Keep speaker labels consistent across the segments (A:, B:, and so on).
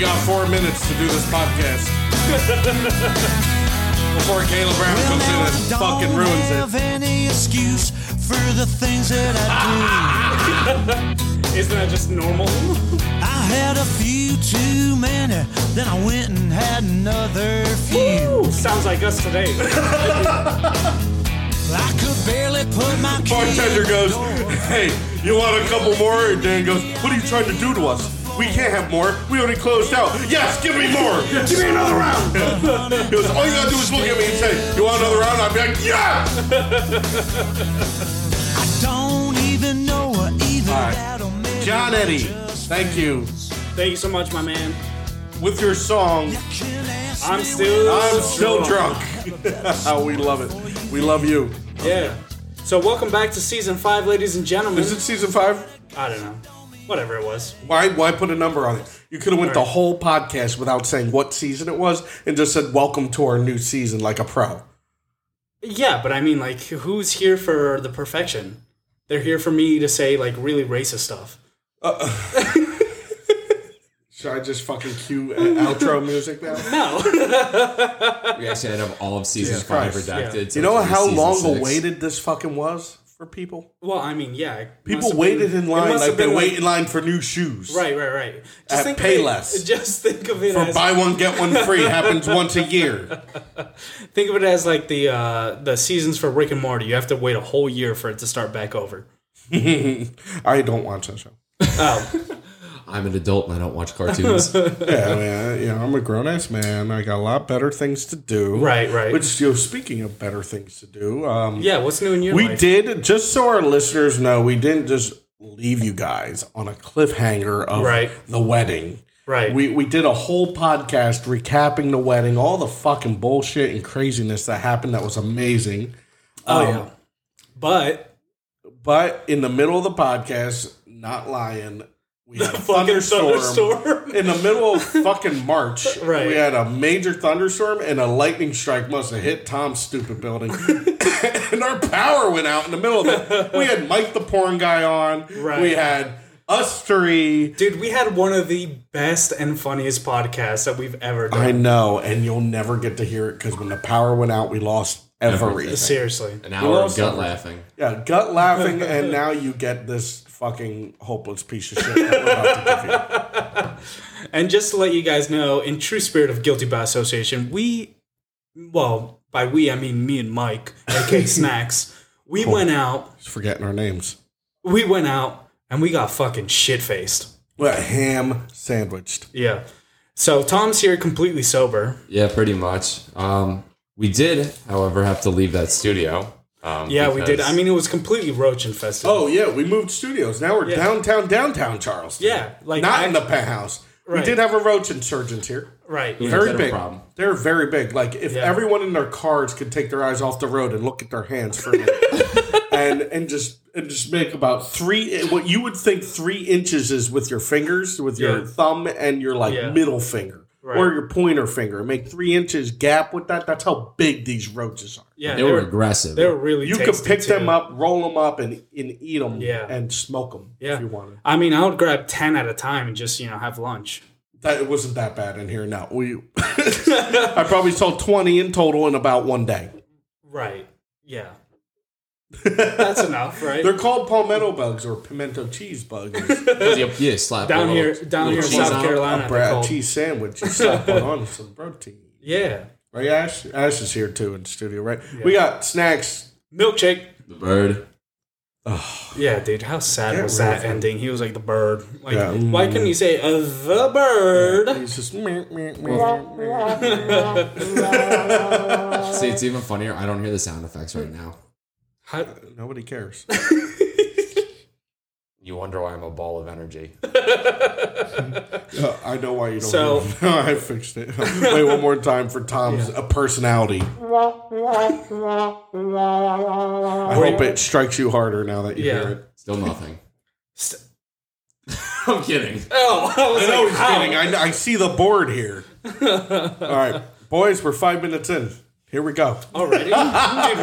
A: about four minutes to do this podcast. Before Caleb Brown
B: Well,
A: comes in
B: now
A: and
B: I don't
A: fucking ruins
B: have any excuse for the things that I do.
C: Isn't that just normal?
B: I had a few too many, then I went and had another few.
C: Sounds like us today.
B: I could barely put my
A: it.
B: kid
A: Bartender goes,
B: door.
A: hey, you want a couple more? And Dan goes, what are you trying to do to us? We can't have more. We already closed out. Yes, give me more. Give me another round. he goes, all you gotta do is look at me and say, you want another round? I'd be like, yeah.
B: I don't even know what either
A: All right.
B: that'll make
A: John Eddie, thank you.
C: Thank you so much, my man.
A: With your song,
C: I'm still.
A: I'm still drunk. we love it. We love you.
C: Yeah. So welcome back to season five, ladies and gentlemen.
A: Is it season five?
C: I don't know. Whatever it was.
A: Why, why put a number on it? You could have went the whole podcast without saying what season it was and just said welcome to our new season like a pro.
C: Yeah, but I mean, like, who's here for the perfection? They're here for me to say like really racist stuff.
A: Should I just fucking cue an outro music now?
C: No.
D: We actually end up all of seasons
A: Jesus
D: five
A: Christ.
D: redacted. so
A: You know
D: it's gonna be
A: how
D: season
A: long
D: six.
A: awaited this fucking was for people?
C: well, I mean, yeah. it must
A: People
C: have
A: waited
C: been-
A: in
C: it
A: line
C: must
A: like
C: have
A: they
C: been,
A: wait in line for new shoes.
C: Right, right, right.
A: At
C: think of it-
A: Payless.
C: just think of it
A: For
C: as
A: buy one get one free happens once a year.
C: think of it as like the uh, the seasons for Rick and Morty. You have to wait a whole year for it to start back over.
A: I don't watch that show.
D: I'm an adult and I don't watch cartoons.
A: Yeah, I mean, I, you know, I'm a grown ass man. I got a lot better things to do.
C: Right, right.
A: Which, you know, speaking of better things to do, um,
C: Yeah, what's new in your
A: we
C: life?
A: did just so our listeners know, we didn't just leave you guys on a cliffhanger of
C: Right.
A: the wedding.
C: Right.
A: We we did a whole podcast recapping the wedding, all the fucking bullshit and craziness that happened. That was amazing. um,
C: oh yeah. But
A: But in the middle of the podcast, not lying, we had a
C: fucking
A: thunderstorm.
C: thunderstorm.
A: In the middle of fucking March,
C: Right.
A: we had a major thunderstorm and a lightning strike must have hit Tom's stupid building. and our power went out in the middle of it. We had Mike the porn guy on.
C: Right.
A: We had us three.
C: dude, we had one of the best and funniest podcasts that we've ever done.
A: I know, and you'll never get to hear it because when the power went out, we lost everything.
C: Seriously.
D: An hour of
A: also-
D: gut laughing.
A: Yeah, gut laughing, and now you get this fucking hopeless piece of shit that we're about to give you.
C: And just to let you guys know, in true spirit of Guilty by Association, we, well, by we I mean me and Mike, aka Snacks, we went out,
A: forgetting our names.
C: we went out, and we got fucking shit faced.
A: Well, ham sandwiched.
C: Yeah. So Tom's here completely sober.
D: Yeah, pretty much. Um, we did, however, have to leave that studio. Um,
C: Yeah, we did.
D: because-
C: I mean, it was completely roach infested.
A: Oh yeah, we moved studios. Now we're downtown, downtown Charleston.
C: Yeah, like
A: not
C: I-
A: in the penthouse. We
C: Right.
A: did have a roach insurgents here.
C: right.
D: Yeah.
A: Very
D: Is that a
A: big.
D: problem?
A: They're very big. Like if everyone in their cars could take their eyes off the road and look at their hands for a minute, and and just and just make about three eh, what you would think three inches is with your fingers, with your
C: Yeah.
A: thumb and your like
C: Yeah.
A: middle finger or your pointer finger. Make three inches gap with that. That's how big these roaches are.
C: Yeah,
D: they were aggressive.
C: they were really.
A: You could
C: tasty,
A: pick them
C: too.
A: up, roll them up, and, and eat them
C: Yeah.
A: and smoke them
C: Yeah.
A: if you wanted.
C: I mean, I would grab ten at a time and just you know have lunch.
A: That, it wasn't that bad in here. No, we. I probably sold 20 in total in about one day.
C: Right. Yeah. That's enough, right?
A: They're called palmetto bugs or pimento cheese bugs. a
D: yeah, yeah, slap
C: down
D: a little-
C: here, down here
D: little
C: in
D: cheese
C: South
D: on it.
C: Carolina. they're
A: bread,
C: called.
A: cheese sandwich. You slap one on some protein.
C: Yeah,
A: Right, Ash? Ash is here too in the studio, right? We got snacks.
C: milkshake.
D: The bird.
C: Yeah, dude, how sad
A: Yeah,
C: was
A: really
C: that
A: fun.
C: ending? He was like the bird. Like,
A: Yeah.
C: why couldn't you say uh, the bird?
A: He's just. meh, meh, meh, meh.
D: See, it's even funnier. I don't hear the sound effects right now.
C: How-
A: Nobody cares.
D: You wonder why I'm a ball of energy.
A: Uh, I know why you don't.
C: So-
A: hear them. I fixed it. Wait one more time for Tom's uh personality. I hope it strikes you harder now that you
C: Yeah.
A: hear it.
D: Still nothing.
C: St-
D: I'm kidding.
C: oh, I was like, how?
A: Kidding, I, I see the board here. All right, boys, we're five minutes in. Here we go.
C: Already, dude,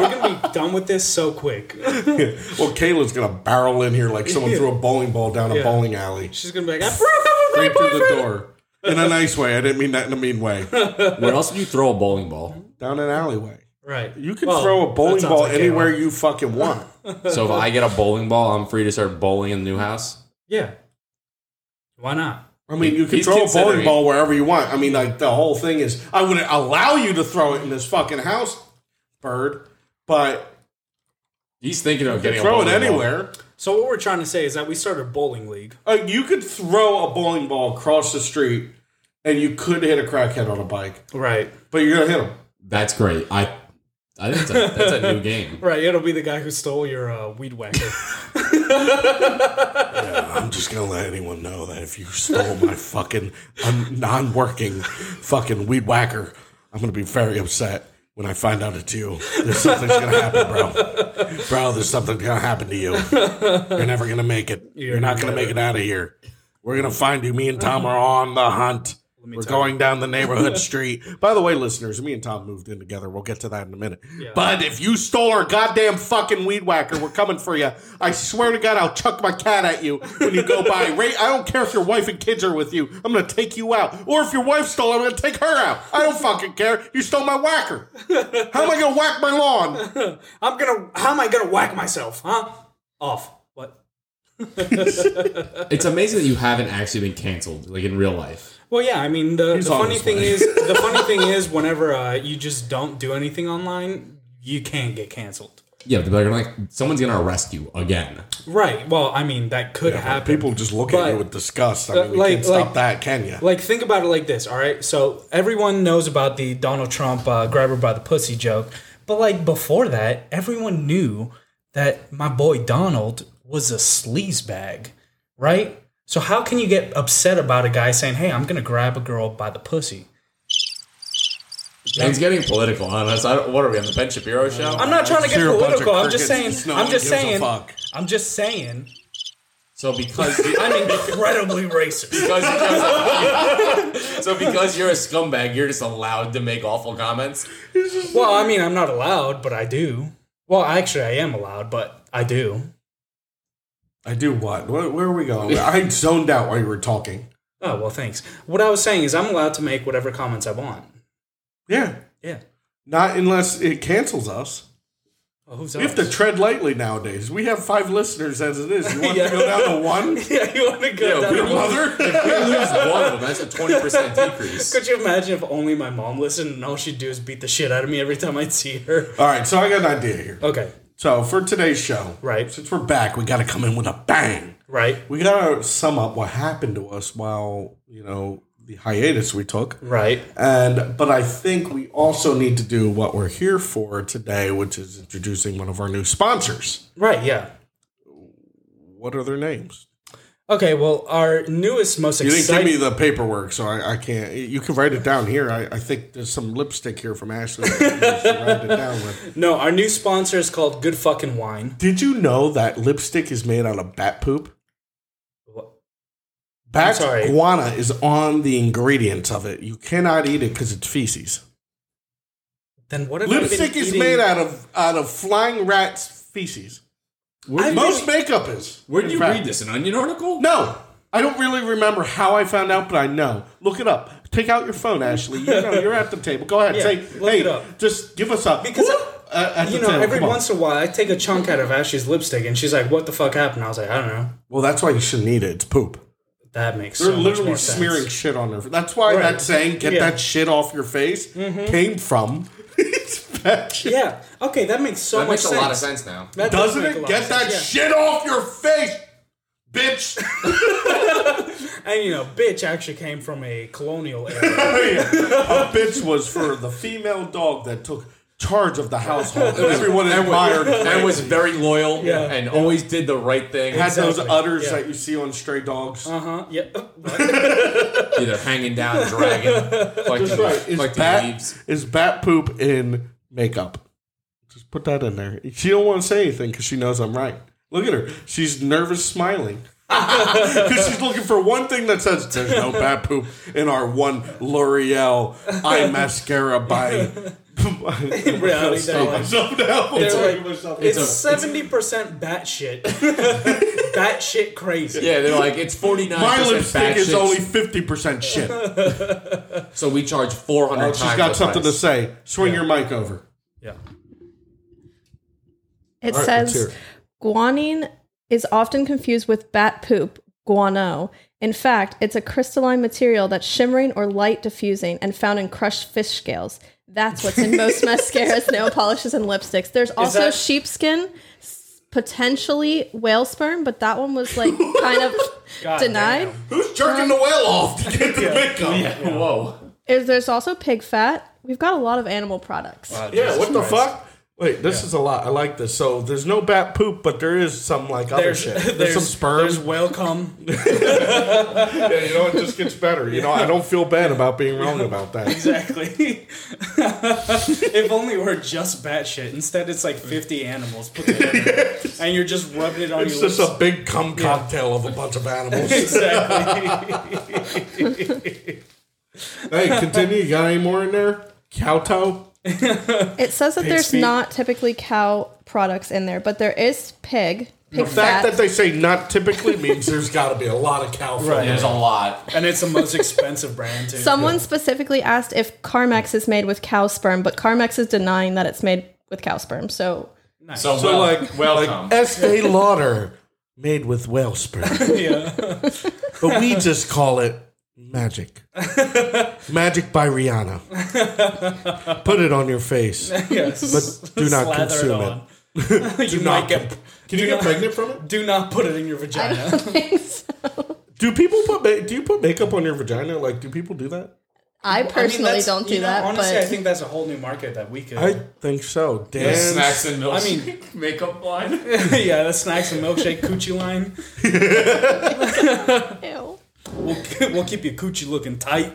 C: we're gonna be done with this so quick.
A: Well, Kayla's gonna barrel in here like someone threw a bowling ball down a
C: Yeah.
A: bowling alley,
C: She's gonna be like, I broke up with my
A: straight through the
C: boyfriend.
A: door. in a nice way. I didn't mean that in a mean way.
D: Where else would you throw a bowling ball?
A: Down an alleyway.
C: Right.
A: You can
C: Well,
A: throw a
C: that
A: bowling
C: sounds
A: ball
C: like
A: anywhere
C: AOL.
A: you fucking want.
D: So if I get a bowling ball, I'm free to start bowling in the new house.
C: Yeah. Why not?
A: I mean, you can
D: He's
A: throw a bowling
D: considering-
A: ball wherever you want. I mean, like the whole thing is, I wouldn't allow you to throw it in this fucking house, bird. But
D: He's thinking of getting a
A: throw it
D: bowling ball.
A: anywhere.
C: So what we're trying to say is that we started a bowling league.
A: Uh, you could throw a bowling ball across the street, and you could hit a crackhead on a bike,
C: Right.
A: but you're gonna hit him.
D: That's great. I, I think that's a, that's a new game.
C: Right. It'll be the guy who stole your uh, weed whacker.
A: I'm just gonna let anyone know that if you stole my fucking un- non-working fucking weed whacker, I'm gonna be very upset when I find out it's you. There's something's gonna happen, bro. Bro, there's something gonna happen to you. You're never gonna make it. You're, not gonna make it out of here. We're gonna find you. Me and Tom are on the hunt. We're going down the neighborhood street. By the way, listeners, me and Tom moved in together. We'll get to that in a minute. But if you stole our goddamn fucking weed whacker, we're coming for you. I swear to God, I'll chuck my cat at you when you go by. Ray, I don't care if your wife and kids are with you. I'm gonna take you out. Or if your wife stole, I'm gonna take her out. I don't fucking care. You stole my whacker. How am I gonna whack my lawn?
C: I'm gonna. How am I gonna whack myself? Huh? Off. What?
D: It's amazing that you haven't actually been canceled, like in real life.
C: Well, yeah. I mean, the, the funny
D: always
C: thing
D: funny.
C: is, the funny thing is, whenever uh, you just don't do anything online, you can get canceled.
D: Yeah, but they're gonna like someone's gonna arrest you again.
C: Right. Well, I mean, that could happen.
A: just look
C: at you But- with
A: disgust. I
C: mean, we like- can't stop like-
A: that, can you?
C: Like, think about it like this, all right? So, everyone knows about the Donald Trump uh, grab her by the pussy joke. But, like, before that, everyone knew that my boy Donald was a sleaze bag, right? So, how can you get upset about a guy saying, hey, I'm going to grab a girl by the pussy?
D: It's getting political on us. I don't, what are we on the Ben Shapiro show?
C: I'm not trying to get
A: You're a bunch of
C: political. I'm just
A: crickets.
C: saying.
A: No
C: I'm
A: one
C: just
A: gives a
C: saying.
A: fuck.
C: I'm just saying.
D: so because
C: I'm incredibly racist.
D: because, because- so because you're a scumbag, you're just allowed to make awful comments.
C: Well, I mean, I'm not allowed, but I do. Well, actually, I am allowed, but I do.
A: I do what? Where, where are we going? I zoned out while you were talking.
C: Oh well, thanks. What I was saying is, I'm allowed to make whatever comments I want.
A: Yeah.
C: Yeah.
A: Not unless it cancels us.
C: Well, who's
A: We have to tread lightly nowadays. We have five listeners as it is. You want
C: Yeah.
A: to go down to one?
C: yeah, you want to go
D: Yeah,
C: down?
D: we
C: the
D: don't-
C: road?
D: If we lose one of them, that's a twenty percent decrease.
C: Could you imagine if only my mom listened and all she'd do is beat the shit out of me every time I'd see her?
A: All right, so I got an idea here.
C: Okay,
A: So for today's show,
C: Right.
A: Since we're back, we got to come in with a bang.
C: right,
A: We got to sum up what happened to us while you know the hiatus we took,
C: right.
A: and but I think we also need to do what we're here for today, which is introducing one of our new sponsors.
C: Right, yeah.
A: What are their names?
C: Okay, well, our newest, most
A: You didn't
C: exciting.
A: give me the paperwork, so I, I can't. You can write it down here. I, I think there's some lipstick here from Ashley. that you should write it down with.
C: no, our new sponsor is called Good Fucking Wine.
A: Did you know that lipstick is made out of bat poop? Bat
C: sorry.
A: guana is on the ingredients of it. You cannot eat it because it's feces.
C: Then what have I
A: Lipstick
C: been
A: is
C: eating-
A: made out of out of flying rats' feces.
C: I've
A: Most
C: been-
A: makeup is.
D: Where did you
A: in fact.
D: read this? An Onion article?
A: No, I don't really remember how I found out, but I know. Look it up. Take out your phone, Ashley. You know, you're at the table. Go ahead.
C: Yeah,
A: Say,
C: look
A: hey,
C: it up.
A: just give us a
C: Because I-
A: Uh, at
C: you
A: the
C: know,
A: table.
C: every
A: Come on.
C: once in a while, I take a chunk out of Ashley's lipstick, and she's like, "What the fuck happened?" I was like, "I don't know."
A: Well, that's why you shouldn't eat it. It's poop.
C: That makes
A: They're
C: so much
A: literally
C: more sense.
A: smearing shit on their. That's why
C: Right.
A: that saying "get
C: Yeah. Mm-hmm.
A: that shit off your face" came from. it's bad shit.
C: Yeah. Okay, that makes so
D: That
C: much
D: makes
C: sense.
D: a lot of sense now.
C: That does
A: Doesn't
C: make a
A: it?
C: lot
A: Get
C: of
A: that
C: sense,
A: shit off your face, bitch.
C: yeah. And you know, bitch actually came from a colonial era.
A: a bitch was for the female dog that took charge of the household. that Everyone admired.
D: And was very loyal
C: Yeah.
D: and always did the right thing.
A: Had those
C: Exactly,
A: udders
C: yeah. Uh-huh.
A: that you see on stray dogs.
C: huh? Yeah.
D: Either hanging down, dragging, collecting,
A: right. Is
D: collecting
A: bat,
D: leaves.
A: is bat poop in makeup? Just put that in there. She don't want to say anything because she knows I'm right. Look at her. She's nervous smiling. Because she's looking for one thing that says there's no bat poop in our one L'Oreal eye mascara by I'm
C: Reality that like,
A: zoned out.
C: It's
A: It's,
C: like- it's
D: a-
C: seventy percent batshit, batshit crazy.
D: Yeah, they're like it's forty nine.
A: my lipstick is only 50% shit.
D: so we charge four hundred.
A: Oh, she's got something to say. Swing your mic over.
C: Yeah.
E: It
A: All right, let's hear
E: says
A: it.
E: guanine is often confused with bat poop, guano. In fact, it's a crystalline material that's shimmering or light diffusing and found in crushed fish scales. That's what's in most mascaras, nail polishes, and lipsticks. There's also
C: that-
E: sheepskin, s- potentially whale sperm, but that one was like kind of denied.
A: Who's jerking the whale off to get the makeup?
D: Whoa.
E: Is There's also pig fat. We've got a lot of animal products.
A: Yeah, what the fuck? Wait, this is a lot. I like this. So there's no bat poop, but there is some like other
C: There's,
A: shit.
C: there's,
A: There's, some sperm.
C: There's whale cum.
A: yeah, you know, it just gets better. You know, I don't feel bad about being wrong about that.
C: Exactly. if only it were just batshit. Instead, it's like 50 animals put together, and you're just rubbing it on
A: It's
C: your
A: just
C: lips.
A: a big cum cocktail of a bunch of animals.
C: exactly.
A: hey, continue. You got any more in there? Cow toe?
E: It says that there's
C: feet.
E: not typically cow products in there, but there is pig.
A: The
E: Pig
A: fact
E: fat.
A: that they say not typically means there's got to be a lot of cow fat.
D: There's a lot.
C: And it's the most expensive brand too.
E: Someone specifically asked if Carmex is made with cow sperm, but Carmex is denying that it's made with cow sperm. So
D: So,
A: So
D: well,
A: like,
D: welcome.
A: like Estee Lauder made with whale sperm,
C: yeah.
A: but we just call it magic. Magic by Rihanna. Put it on your face.
C: yes.
A: But do not
C: Slather
A: consume it.
C: on. you might get.
A: Can you get pregnant from it?
C: Do not put it in your vagina.
E: thanks.
A: Do people put ma- do you put makeup on your vagina? Like, do people do that?
E: I personally
C: that's-
E: don't do
C: you know,
E: that,
C: Honestly, I
E: but
C: think that's a whole new market that we could.
A: I think so. Dan,
D: snacks and milk.
C: I mean-
D: makeup line.
C: yeah, the snacks and milkshake coochie line.
E: Ew.
C: We'll, we'll keep your coochie looking tight.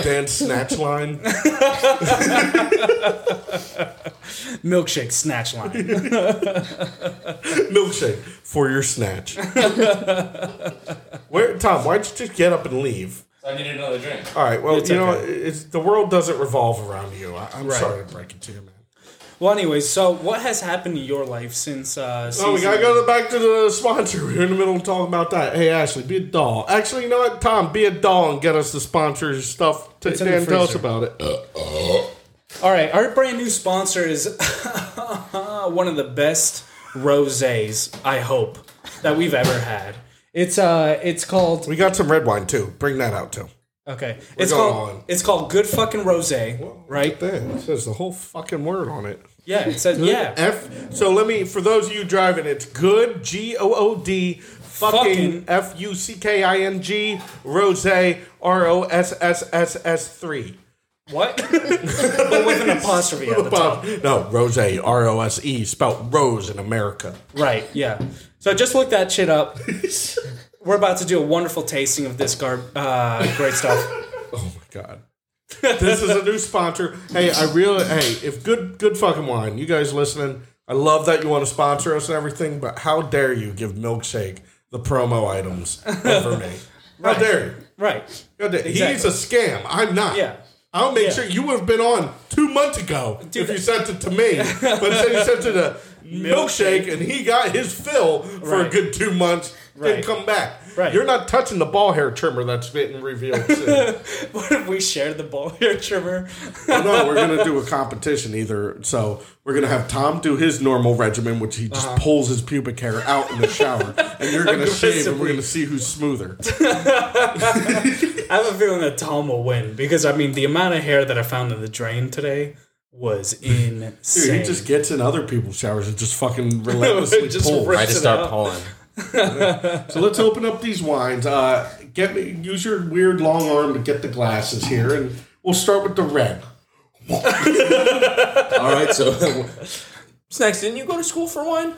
A: Dan snatch line.
C: Milkshake snatch line.
A: milkshake for your snatch. Where Tom? Why'd you just get up and leave?
D: I need another drink.
A: All right. Well,
C: It's
A: you know,
C: okay.
A: it's, the world doesn't revolve around you. I, I'm
C: Right.
A: sorry to break it to you, man.
C: Well, anyways, so what has happened in your life since? Uh,
A: Oh, we
C: season-
A: gotta go back to the sponsor. We're in the middle of talking about that. Hey, Ashley, be a doll. Actually, you know what, Tom? Be a doll and get us the sponsors stuff. To,
C: It's in the
A: Dan, tell us
C: freezer.
A: about it.
C: All right, our brand new sponsor is one of the best rosés. I hope that we've ever had. It's uh, it's called
A: We got some red wine too. Bring that out too.
C: okay. It's
A: going
C: called
A: on.
C: it's called good fucking rosé, right?
A: Damn, it says the whole fucking word on it.
C: Yeah, it says yeah.
A: F. So let me, for those of you driving, it's good, G O O D, fucking
C: Fucking.
A: F U C K I N G, rose, R O S S S S 3.
C: What? but with an apostrophe at the top.
A: No, rose, R O S E, spelled rose in America.
C: Right, yeah. So just look that shit up. We're about to do a wonderful tasting of this gar- uh, great stuff.
A: Oh my God. this is a new sponsor. Hey, I really, hey, if good, good fucking wine, you guys listening, I love that you want to sponsor us and everything, but how dare you give Milkshake the promo items over me? How dare you?
C: Right.
A: God damn, He's a
C: Exactly.
A: scam. I'm not.
C: Yeah.
A: I'll make
C: Yeah.
A: sure you would have been on two months ago if you sent it to me. but instead you sent it to Milkshake and he got his fill for a
C: Right.
A: good two months,
C: Right.
A: didn't come back.
C: Right.
A: You're not touching the ball hair trimmer that's getting revealed soon. Oh,
C: What if we shared the ball hair trimmer?
A: no, we're going to do a competition either. So we're going to have Tom do his normal regimen, which he just
C: Uh-huh.
A: pulls his pubic hair out in the shower. and you're going to shave and we're
C: Aggressively.
A: going to see who's smoother.
C: I have a feeling that Tom will win because I mean the amount of hair that I found in the drain today was
A: Dude,
C: insane.
A: he just gets in other people's showers and just fucking relentlessly
C: Just
A: pulls.
C: rips
D: I just
C: it
D: start
C: out.
D: pulling.
A: So let's open up these wines. Uh, get me, use your weird long arm to get the glasses here, and we'll start with the red.
D: All right, so snacks. Didn't you go to school for wine?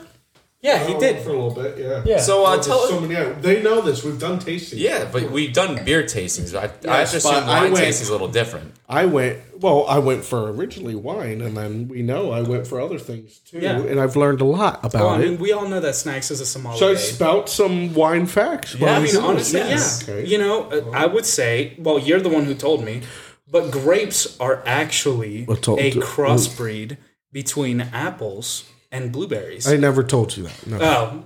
C: Yeah, he did.
A: for a little bit, yeah.
C: Yeah.
D: So uh, tell
A: so
D: us.
A: many. yeah, They know this. We've done tasting.
D: Yeah, but we've done beer tastings. I, I have
A: but
D: to assume
A: I
D: wine
A: went-
D: tasting's a little different.
A: I went. Well, I went for originally wine, and then we know I went for other things too,
C: Yeah.
A: and I've learned a lot
C: Well,
A: about
C: I mean,
A: it.
C: we all know that Snacks is a Somali.
A: So I spout some wine facts. while
C: I
A: we
C: mean,
A: do it.
C: honestly, yeah.
A: Okay.
C: You know, uh, I would say. Well, you're the one who told me. But grapes are actually
A: Well, to-
C: a
A: to-
C: crossbreed between apples and blueberries.
A: I never told you that. No.
C: oh,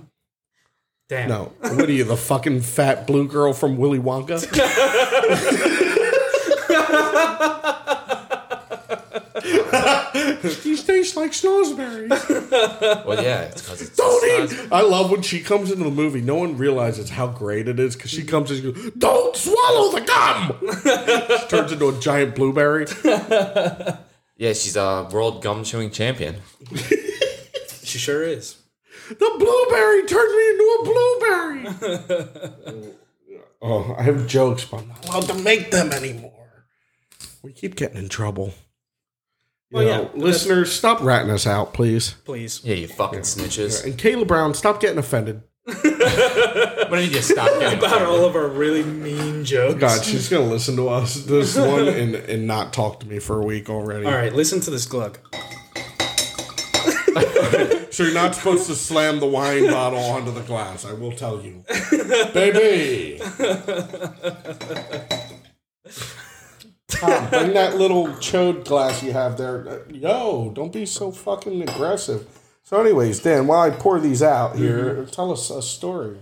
C: damn!
A: no. What are you, the fucking fat blue girl from Willy Wonka? These taste like snozzberries.
D: Well, yeah, it's because it's
A: Don't eat. I love when she comes into the movie. No one realizes how great it is because she comes in and goes, "Don't swallow the gum." she turns into a giant blueberry.
D: Yeah, she's a world gum chewing champion.
C: She sure is.
A: The blueberry turned me into a blueberry. oh, I have jokes, but I'm not allowed to make them anymore. We keep getting in trouble. You
C: Well,
A: know,
C: Oh, yeah, but
A: listeners, stop ratting us out, please.
C: Please,
D: Yeah, you fucking snitches.
A: And Kayla Brown, stop getting offended.
D: What did you just stop getting
C: about all of our really mean jokes.
A: God, she's gonna listen to us this one and, and not talk to me for a week already.
C: All right, listen to this glug.
A: So you're not supposed to slam the wine bottle onto the glass. I will tell you, baby. Tom, bring that little chode glass you have there. Uh, Yo, don't be so fucking aggressive. So, anyways, Dan, while I pour these out here, tell us a story.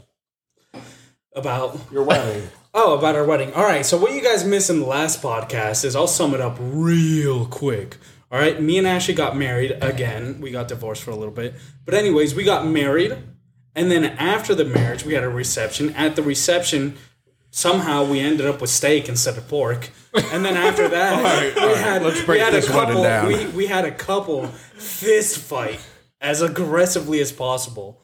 C: About
A: Your wedding.
C: oh, about our wedding. All right, so what you guys missed in the last podcast is I'll sum it up real quick. All right, me and Ashley got married again. We got divorced for a little bit, but anyways, we got married, and then after the marriage, we had a reception. At the reception, somehow we ended up with steak instead of pork. And then after that, we had
A: let's break
C: we had
A: this
C: a
A: wedding
C: couple
A: down.
C: We, we had a couple fist fight as aggressively as possible,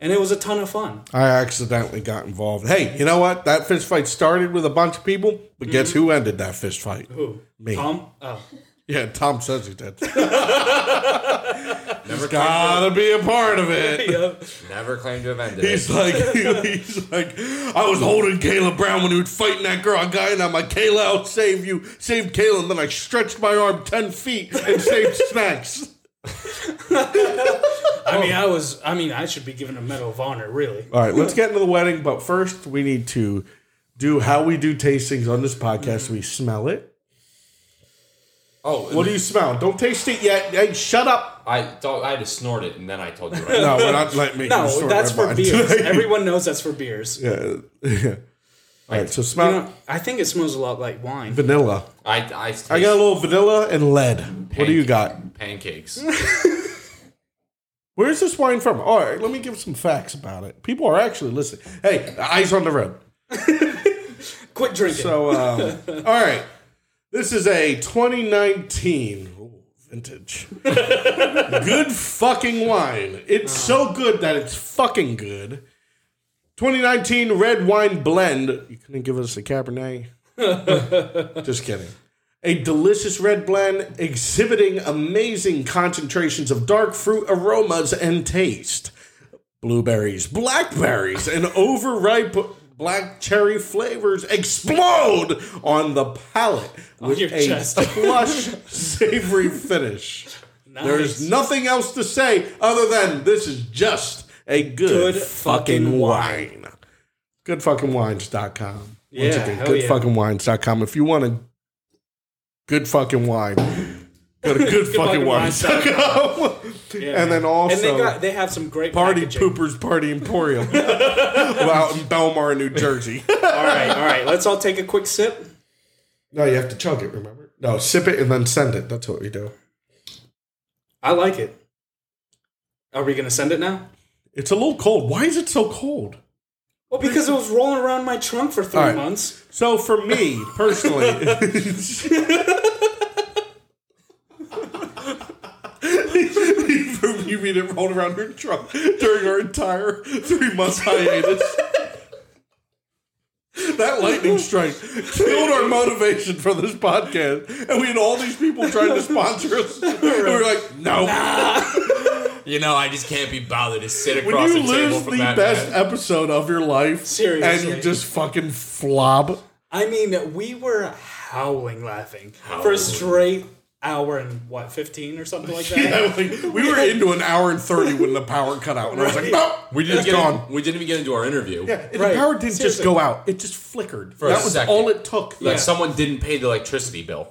C: and it was a ton of fun.
A: I accidentally got involved. Hey, you know what? That fist fight started with a bunch of people, but guess who ended that fist fight?
C: Who?
A: Me.
C: Tom? Oh.
A: Yeah, Tom says he did. There's gotta be a part of it.
C: Yep.
D: Never claimed to have ended. it.
A: He's like, he's like, I was holding Kayla Brown when he was fighting that girl. I got in, I'm like, Kayla, I'll save you. Save Kayla. And then I stretched my arm 10 feet and saved Snacks.
C: I
A: Oh.
C: mean, I was. I mean, I should be given a medal of honor, really.
A: All right, let's get into the wedding. But first, we need to do how we do tastings on this podcast. We smell it.
D: oh,
A: What do you smell? Don't taste it yet. Hey, shut up.
D: I thought I had to snort it, and then I told you. Right?
A: No, we're not letting me.
C: No,
A: Sorry,
C: that's
A: I'm
C: for
A: lying.
C: beers. Everyone knows that's for beers.
A: yeah. All right, so smell
C: You know, I think it smells a lot like wine.
A: vanilla.
D: I, I, taste
A: I got a little vanilla and lead. What do you got?
D: pancakes.
A: Where's this wine from? All right, let me give some facts about it. People are actually listening. Hey, eyes on the road.
C: Quit drinking.
A: So, um, all right, this is a 2019 ooh, vintage. good fucking wine. It's so good that it's fucking good. 2019 red wine blend. You couldn't give us a Cabernet. Just kidding. A delicious red blend exhibiting amazing concentrations of dark fruit aromas and taste. Blueberries, blackberries, and overripe black cherry flavors explode on the palate with
C: your
A: a
C: chest.
A: plush, savory finish.
C: Nice.
A: There's nothing else to say other than this is just a good,
C: Good
A: fucking,
C: fucking
A: wine. Goodfuckingwines.com. Once
C: Yeah,
A: again,
C: hell
A: goodfuckingwines.com. If you want a good fucking wine, go to goodfuckingwines.com. and then also
C: and they got they have some great
A: Party
C: packaging.
A: Poopers Party Emporium out in Belmar, New Jersey.
C: All right, all right. Let's all take a quick sip.
A: no, you have to chug it, remember? No, sip it and then send it. That's what we do.
C: I like it. Are we gonna send it now?
A: It's a little cold. Why is it so cold?
C: Well, because it was rolling around my trunk for three
A: All right.
C: months.
A: So for me personally, for me, we didn't roll around her trunk during our entire three month hiatus. That lightning strike killed our motivation for this podcast, and we had all these people trying to sponsor us. And we were like, no.
D: you know, I just can't be bothered to sit
A: When
D: across
A: you
D: the table
A: lose the
D: from that
A: best
D: man.
A: episode of your life, and
C: Seriously.
A: you just fucking flob.
C: I mean, we were howling laughing for straight hour and what fifteen or something like that.
A: Yeah, like, we were into an hour and thirty when the power cut out, and I was like, "Nope,
D: We didn't
A: it's
D: get
A: gone."
D: we didn't even get into our interview.
A: Yeah, the
C: Right.
A: power didn't just
C: Seriously.
A: go out; it just flickered.
D: a
A: that was
D: second.
A: all it took.
D: Like
A: Yeah.
D: someone didn't pay the electricity bill.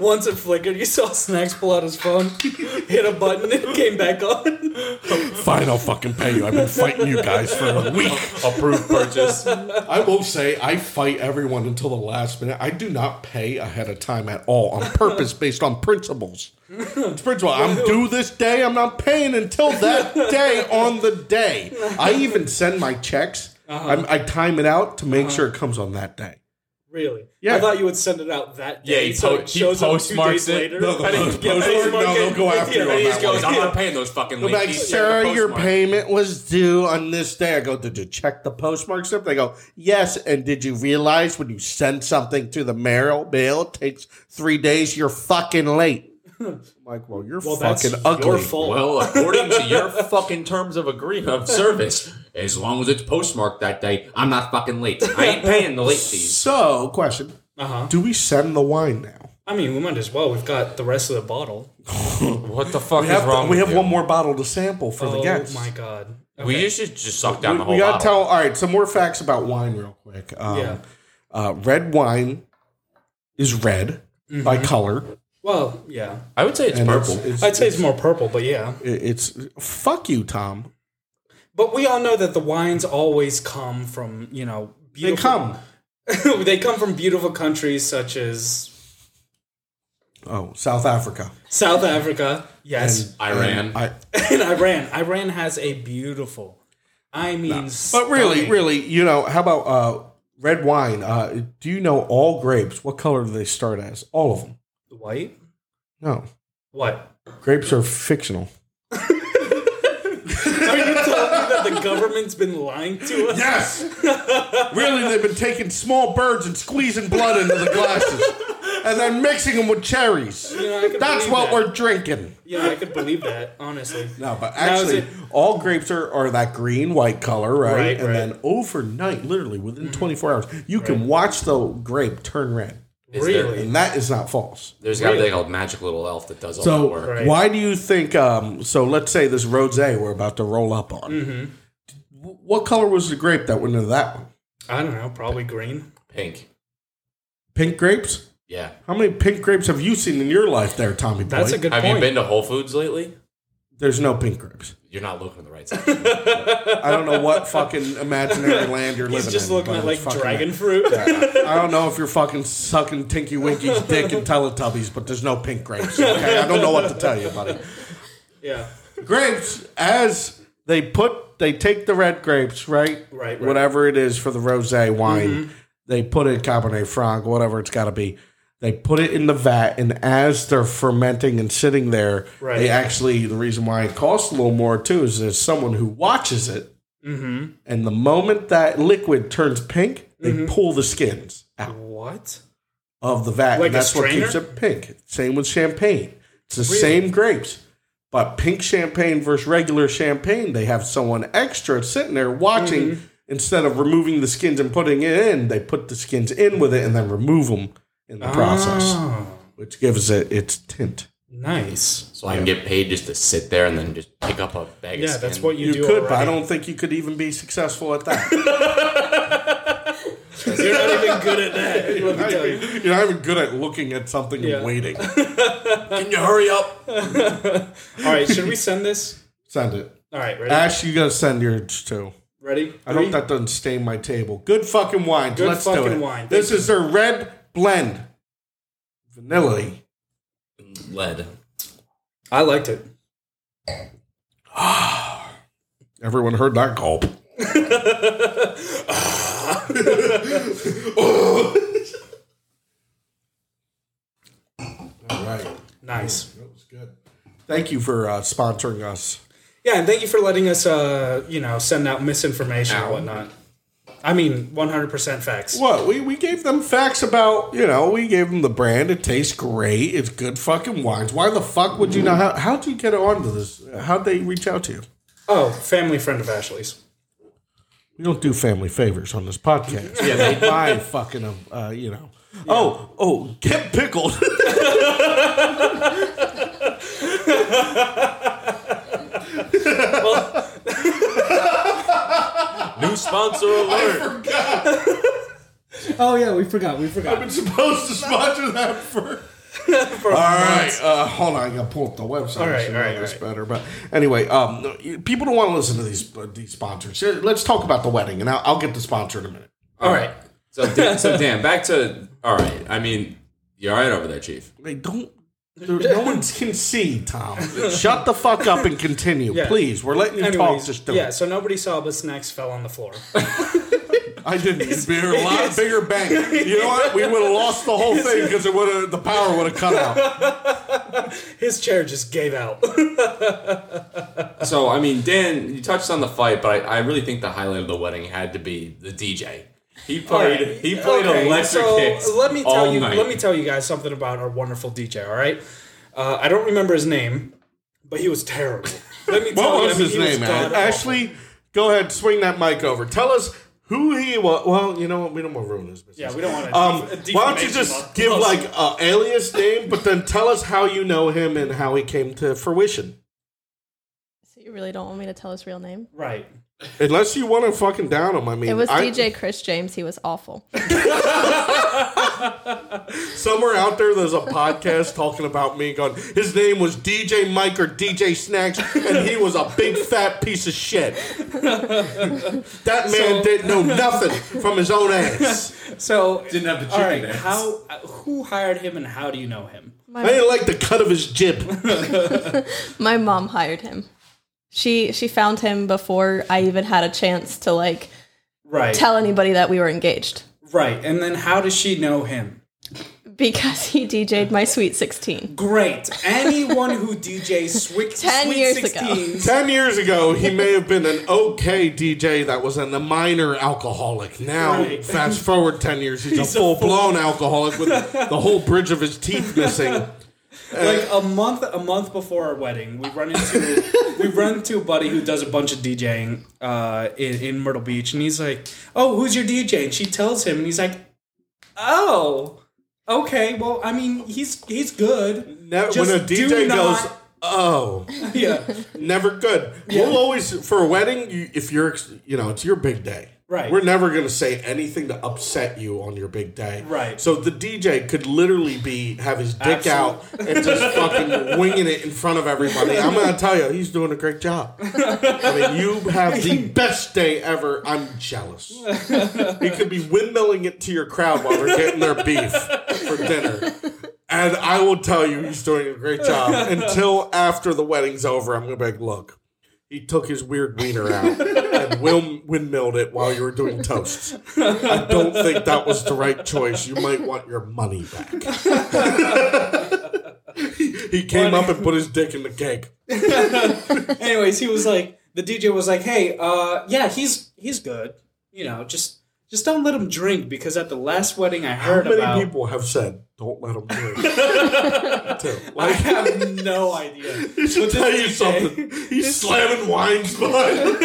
C: Once it flickered, you saw Snacks pull out his phone, hit a button, and it came back on.
A: Fine, I'll fucking pay you. I've been fighting you guys for a week.
D: Approved purchase.
A: I will say, I fight everyone until the last minute. I do not pay ahead of time at all on purpose, based on principles. It's principle. I'm due this day. I'm not paying until that day on the day. I even send my checks. I'm, I time it out to make sure it comes on that day.
C: Really?
A: Yeah.
C: I thought you would send it out that day.
D: Yeah, he
C: so
D: po-
C: it
D: he
C: shows up two
D: postmarks
C: days
D: it.
C: later.
D: No,
A: the
C: I didn't
A: post-
C: get- I
A: postmark,
C: didn't
A: no,
C: mark it.
A: they'll go after you on
C: he
A: that
C: just
A: one.
D: Goes, I'm not paying those fucking
A: They're
D: late
A: like,
D: fees.
A: sir,
D: Check the
A: your
D: postmark."
A: payment was due on this day. I go, did you check the postmark slip? They go, yes. And did you realize when you send something to the mail, mail it takes three days, you're fucking late. I'm like, well, you're
C: Well, that's
A: fucking ugly.
C: your fault.
D: Well, according to your fucking terms of agreement of service, as long as it's postmarked that day, I'm not fucking late. I ain't paying the late fees.
A: So, question.
C: Uh-huh.
A: Do we send the wine now?
C: I mean, we might as well. We've got the rest of the bottle.
D: What the fuck
A: We have, we have one more bottle to sample for the
C: Oh
A: guests.
C: my god.
A: Oh.
D: We should just suck down
A: We,
D: the
A: we
D: whole
A: gotta
D: bottle.
A: tell. All right, some more facts about wine, real quick. Um,
C: Yeah.
A: uh, red wine is red by color.
C: Well, yeah.
D: I would say it's
A: and
D: purple.
A: it's-
C: I'd say it's more purple, but yeah.
A: It- It's fuck you, Tom.
C: But we all know that the wines always come from you know
A: They
C: beautiful.
A: come.
C: they come from beautiful countries such as
A: Oh, South Africa.
C: South Africa. Yes,
D: Iran.
A: I,
C: and Iran. Iran has a beautiful. I mean,
A: but really,
C: stunning-
A: really, you know, how about uh, red wine? Uh, do you know all grapes? What color do they start as? All of them.
C: white.
A: No,
C: What?
A: grapes are fictional.
C: Are you telling me that the government's been lying to us?
A: Yes. really, they've been taking small birds and squeezing blood into the glasses, and then mixing them with cherries.
C: You know, I could
A: That's
C: believe
A: what
C: that.
A: we're drinking.
C: Yeah, I could believe that. Honestly.
A: No, but
C: Now, is
A: actually,
C: it-
A: all grapes are, are that green white color, right?
C: Right,
A: and
C: right. Mm.
A: then overnight, literally within 24 hours, you can watch the grape turn red.
D: Is there-
C: really.
A: And that is not false.
D: There's got to be like a magic little elf that does all
A: So,
D: that work.
C: Right.
A: why do you think? Um, so, let's say this rose we're about to roll up on.
C: Mm-hmm.
A: W- What color was the grape that went into that one?
C: I don't know. Probably green.
D: Pink.
A: Pink grapes?
D: Yeah.
A: How many pink grapes have you seen in your life there, Tommy Boy?
C: That's a good
D: Have
C: point.
D: you been to Whole Foods lately?
A: There's no pink grapes.
D: You're not looking in the right section.
A: I don't know what fucking imaginary land you're
C: He's
A: living
C: just
A: in,
C: looking
A: but
C: at
A: it's
C: like
A: fucking-
C: dragon fruit.
A: I don't know if you're fucking sucking Tinky Winky's dick and Teletubbies, but there's no pink grapes. Okay, I don't know what to tell you about it.
C: yeah.
A: Grapes, as they put, they take the red grapes, right?
C: Right, Mm-hmm. right.
A: Whatever it is for the rosé wine, they put it Cabernet Franc, whatever it's got to be. They put it in the vat, and as they're fermenting and sitting there,
C: Right.
A: they actually the reason why it costs a little more too is there's someone who watches it,
C: Mm-hmm.
A: and the moment that liquid turns pink, they pull the skins out
C: What?
A: of the vat.
C: Like
A: and
C: a
A: that's what
C: strainer?
A: keeps it pink. Same with champagne. It's the same grapes. But pink champagne versus regular champagne, they have someone extra sitting there watching
C: Mm-hmm.
A: instead of removing the skins and putting it in, they put the skins in with it and then remove them in the process,
C: Oh,
A: which gives it its tint.
C: nice.
D: so I can get paid just to sit there and then just pick up a bag of
C: Yeah,
D: skin.
C: that's what you,
A: You
C: do.
A: could, but I
C: already.
A: don't think you could even be successful at that.
C: You're not even good at that. Let me tell you.
A: You're not even good at looking at something
C: Yeah.
A: and waiting.
D: Can you hurry up?
C: All right, should we send this?
A: Send it.
C: All right, ready?
A: Ash, you gotta send yours too.
C: ready?
A: I
C: Three?
A: hope that doesn't stain my table. Good fucking wine.
C: Good
A: Let's do
C: fucking
A: it.
C: wine.
A: This is their red blend. Vanilla.
D: Lead.
C: I liked it.
A: Everyone heard that gulp. All right.
C: Nice.
A: That was good. Thank you for uh, sponsoring us.
C: Yeah, and thank you for letting us, uh, you know, send out misinformation and whatnot. I mean, 100% facts.
A: What? We, we gave them facts about, you know, we gave them the brand. It tastes great. It's good fucking wines. Why the fuck would you not? How, how'd you get onto this? How'd they reach out to you?
C: Oh, family friend of Ashley's.
A: We don't do family favors on this podcast. Yeah, they buy fucking, uh, uh, you know, Oh, oh, get pickled.
D: New sponsor alert.
C: Oh yeah, we forgot. We forgot.
A: I'm supposed to sponsor that for. all right, uh, hold on. I gotta pull up the website. I
C: right,
A: should
C: all
A: know
C: right,
A: this
C: all
A: better. But anyway, um, no, people don't want to listen to these uh, these sponsors. Uh, Let's talk about the wedding, and I'll, I'll get the sponsor in a minute.
D: All right. So, Dan, so Dan, back to all right. I mean, you're all right over there, Chief.
A: They don't. there- no one can see, Tom. Shut the fuck up and continue,
C: Yeah.
A: please. We're letting you talk.
C: Anyways,
A: Just do it.
C: yeah, so nobody saw, but snacks fell on the floor.
A: I didn't. It'd be a lot bigger bang. You know what? We would have lost the whole thing because it would have the power would have cut out.
C: His chair just gave out.
D: So, I mean, Dan, you touched on the fight, but I, I really think the highlight of the wedding had to be the DJ. He played.
C: Alright,
D: He played
C: okay,
D: electric
C: so
D: hits.
C: Let me tell
D: all
C: you.
D: Night.
C: Let me tell you guys something about our wonderful DJ. All right, uh, I don't remember his name, but he was terrible. Let me tell
A: What
C: you,
A: was
C: I mean,
A: his
C: he was
A: name?
C: god
A: Al-
C: awful.
A: Ashley, go ahead, swing that mic over. Tell us who he was. Well, you know what? We don't want to ruin his business.
C: Yeah, we don't want to.
A: Um, why don't you just give like a alias name, but then tell us how you know him and how he came to fruition.
E: So you really don't want me to tell his real name?
C: right?
A: Unless you want to fucking down him. I mean,
E: It was
A: I-
E: DJ Chris James. He was awful.
A: somewhere out there there's a podcast talking about me going his name was dj mike or dj snacks and he was a big fat piece of shit that man didn't know nothing from his own ass
C: So
D: Didn't have the
C: all right,
D: chicken dance.
C: how? Who hired him, and how do you know him?
A: i didn't like the cut of his jib
E: My mom hired him. She she found him before I even had a chance to like
C: Right,
E: tell anybody that we were engaged
C: right, and then how does she know him?
E: because he DJ'd my sweet sixteen.
C: Great. Anyone who DJs Sweet,
E: 10
C: Sweet
E: years ago.
C: 16s
A: 10 years ago he may have been an okay dj that was an- a minor alcoholic now
C: Right.
A: fast forward 10 years he's, a full-blown alcoholic with the whole bridge of his teeth missing
C: like a month a month before our wedding we run into we run into a buddy who does a bunch of djing uh, in, in myrtle beach and he's like oh who's your dj and she tells him and he's like oh okay well i mean he's he's good
A: Now, when
C: Just
A: a
C: do
A: dj
C: not-
A: goes oh
C: yeah
A: never good. We'll always for a wedding. You, if you're, ex- you know, it's your big day.
C: Right.
A: We're never going to say anything to upset you on your big day.
C: Right.
A: So the DJ could literally be have his dick
C: Absolute-
A: out and just fucking winging it in front of everybody. I'm going to tell you, he's doing a great job. I mean, you have the best day ever. I'm jealous. He could be windmilling it to your crowd while they're getting their beef for dinner. And I will tell you, he's doing a great job. Until after the wedding's over, I'm gonna be like, look, he took his weird wiener out and will windmilled it while you were doing toasts. I don't think that was the right choice. You might want your money back. he, he came up and put his dick in the cake.
C: anyways he was like the dj was like hey uh yeah he's he's good you know just just don't let him drink because at the last wedding i
A: How
C: heard
A: many
C: about
A: people have said, "Don't let him do it"? Too.
C: i
A: Like,
C: have no idea
A: he should
C: But this
A: tell you
C: DJ
A: something. He's slamming wines behind.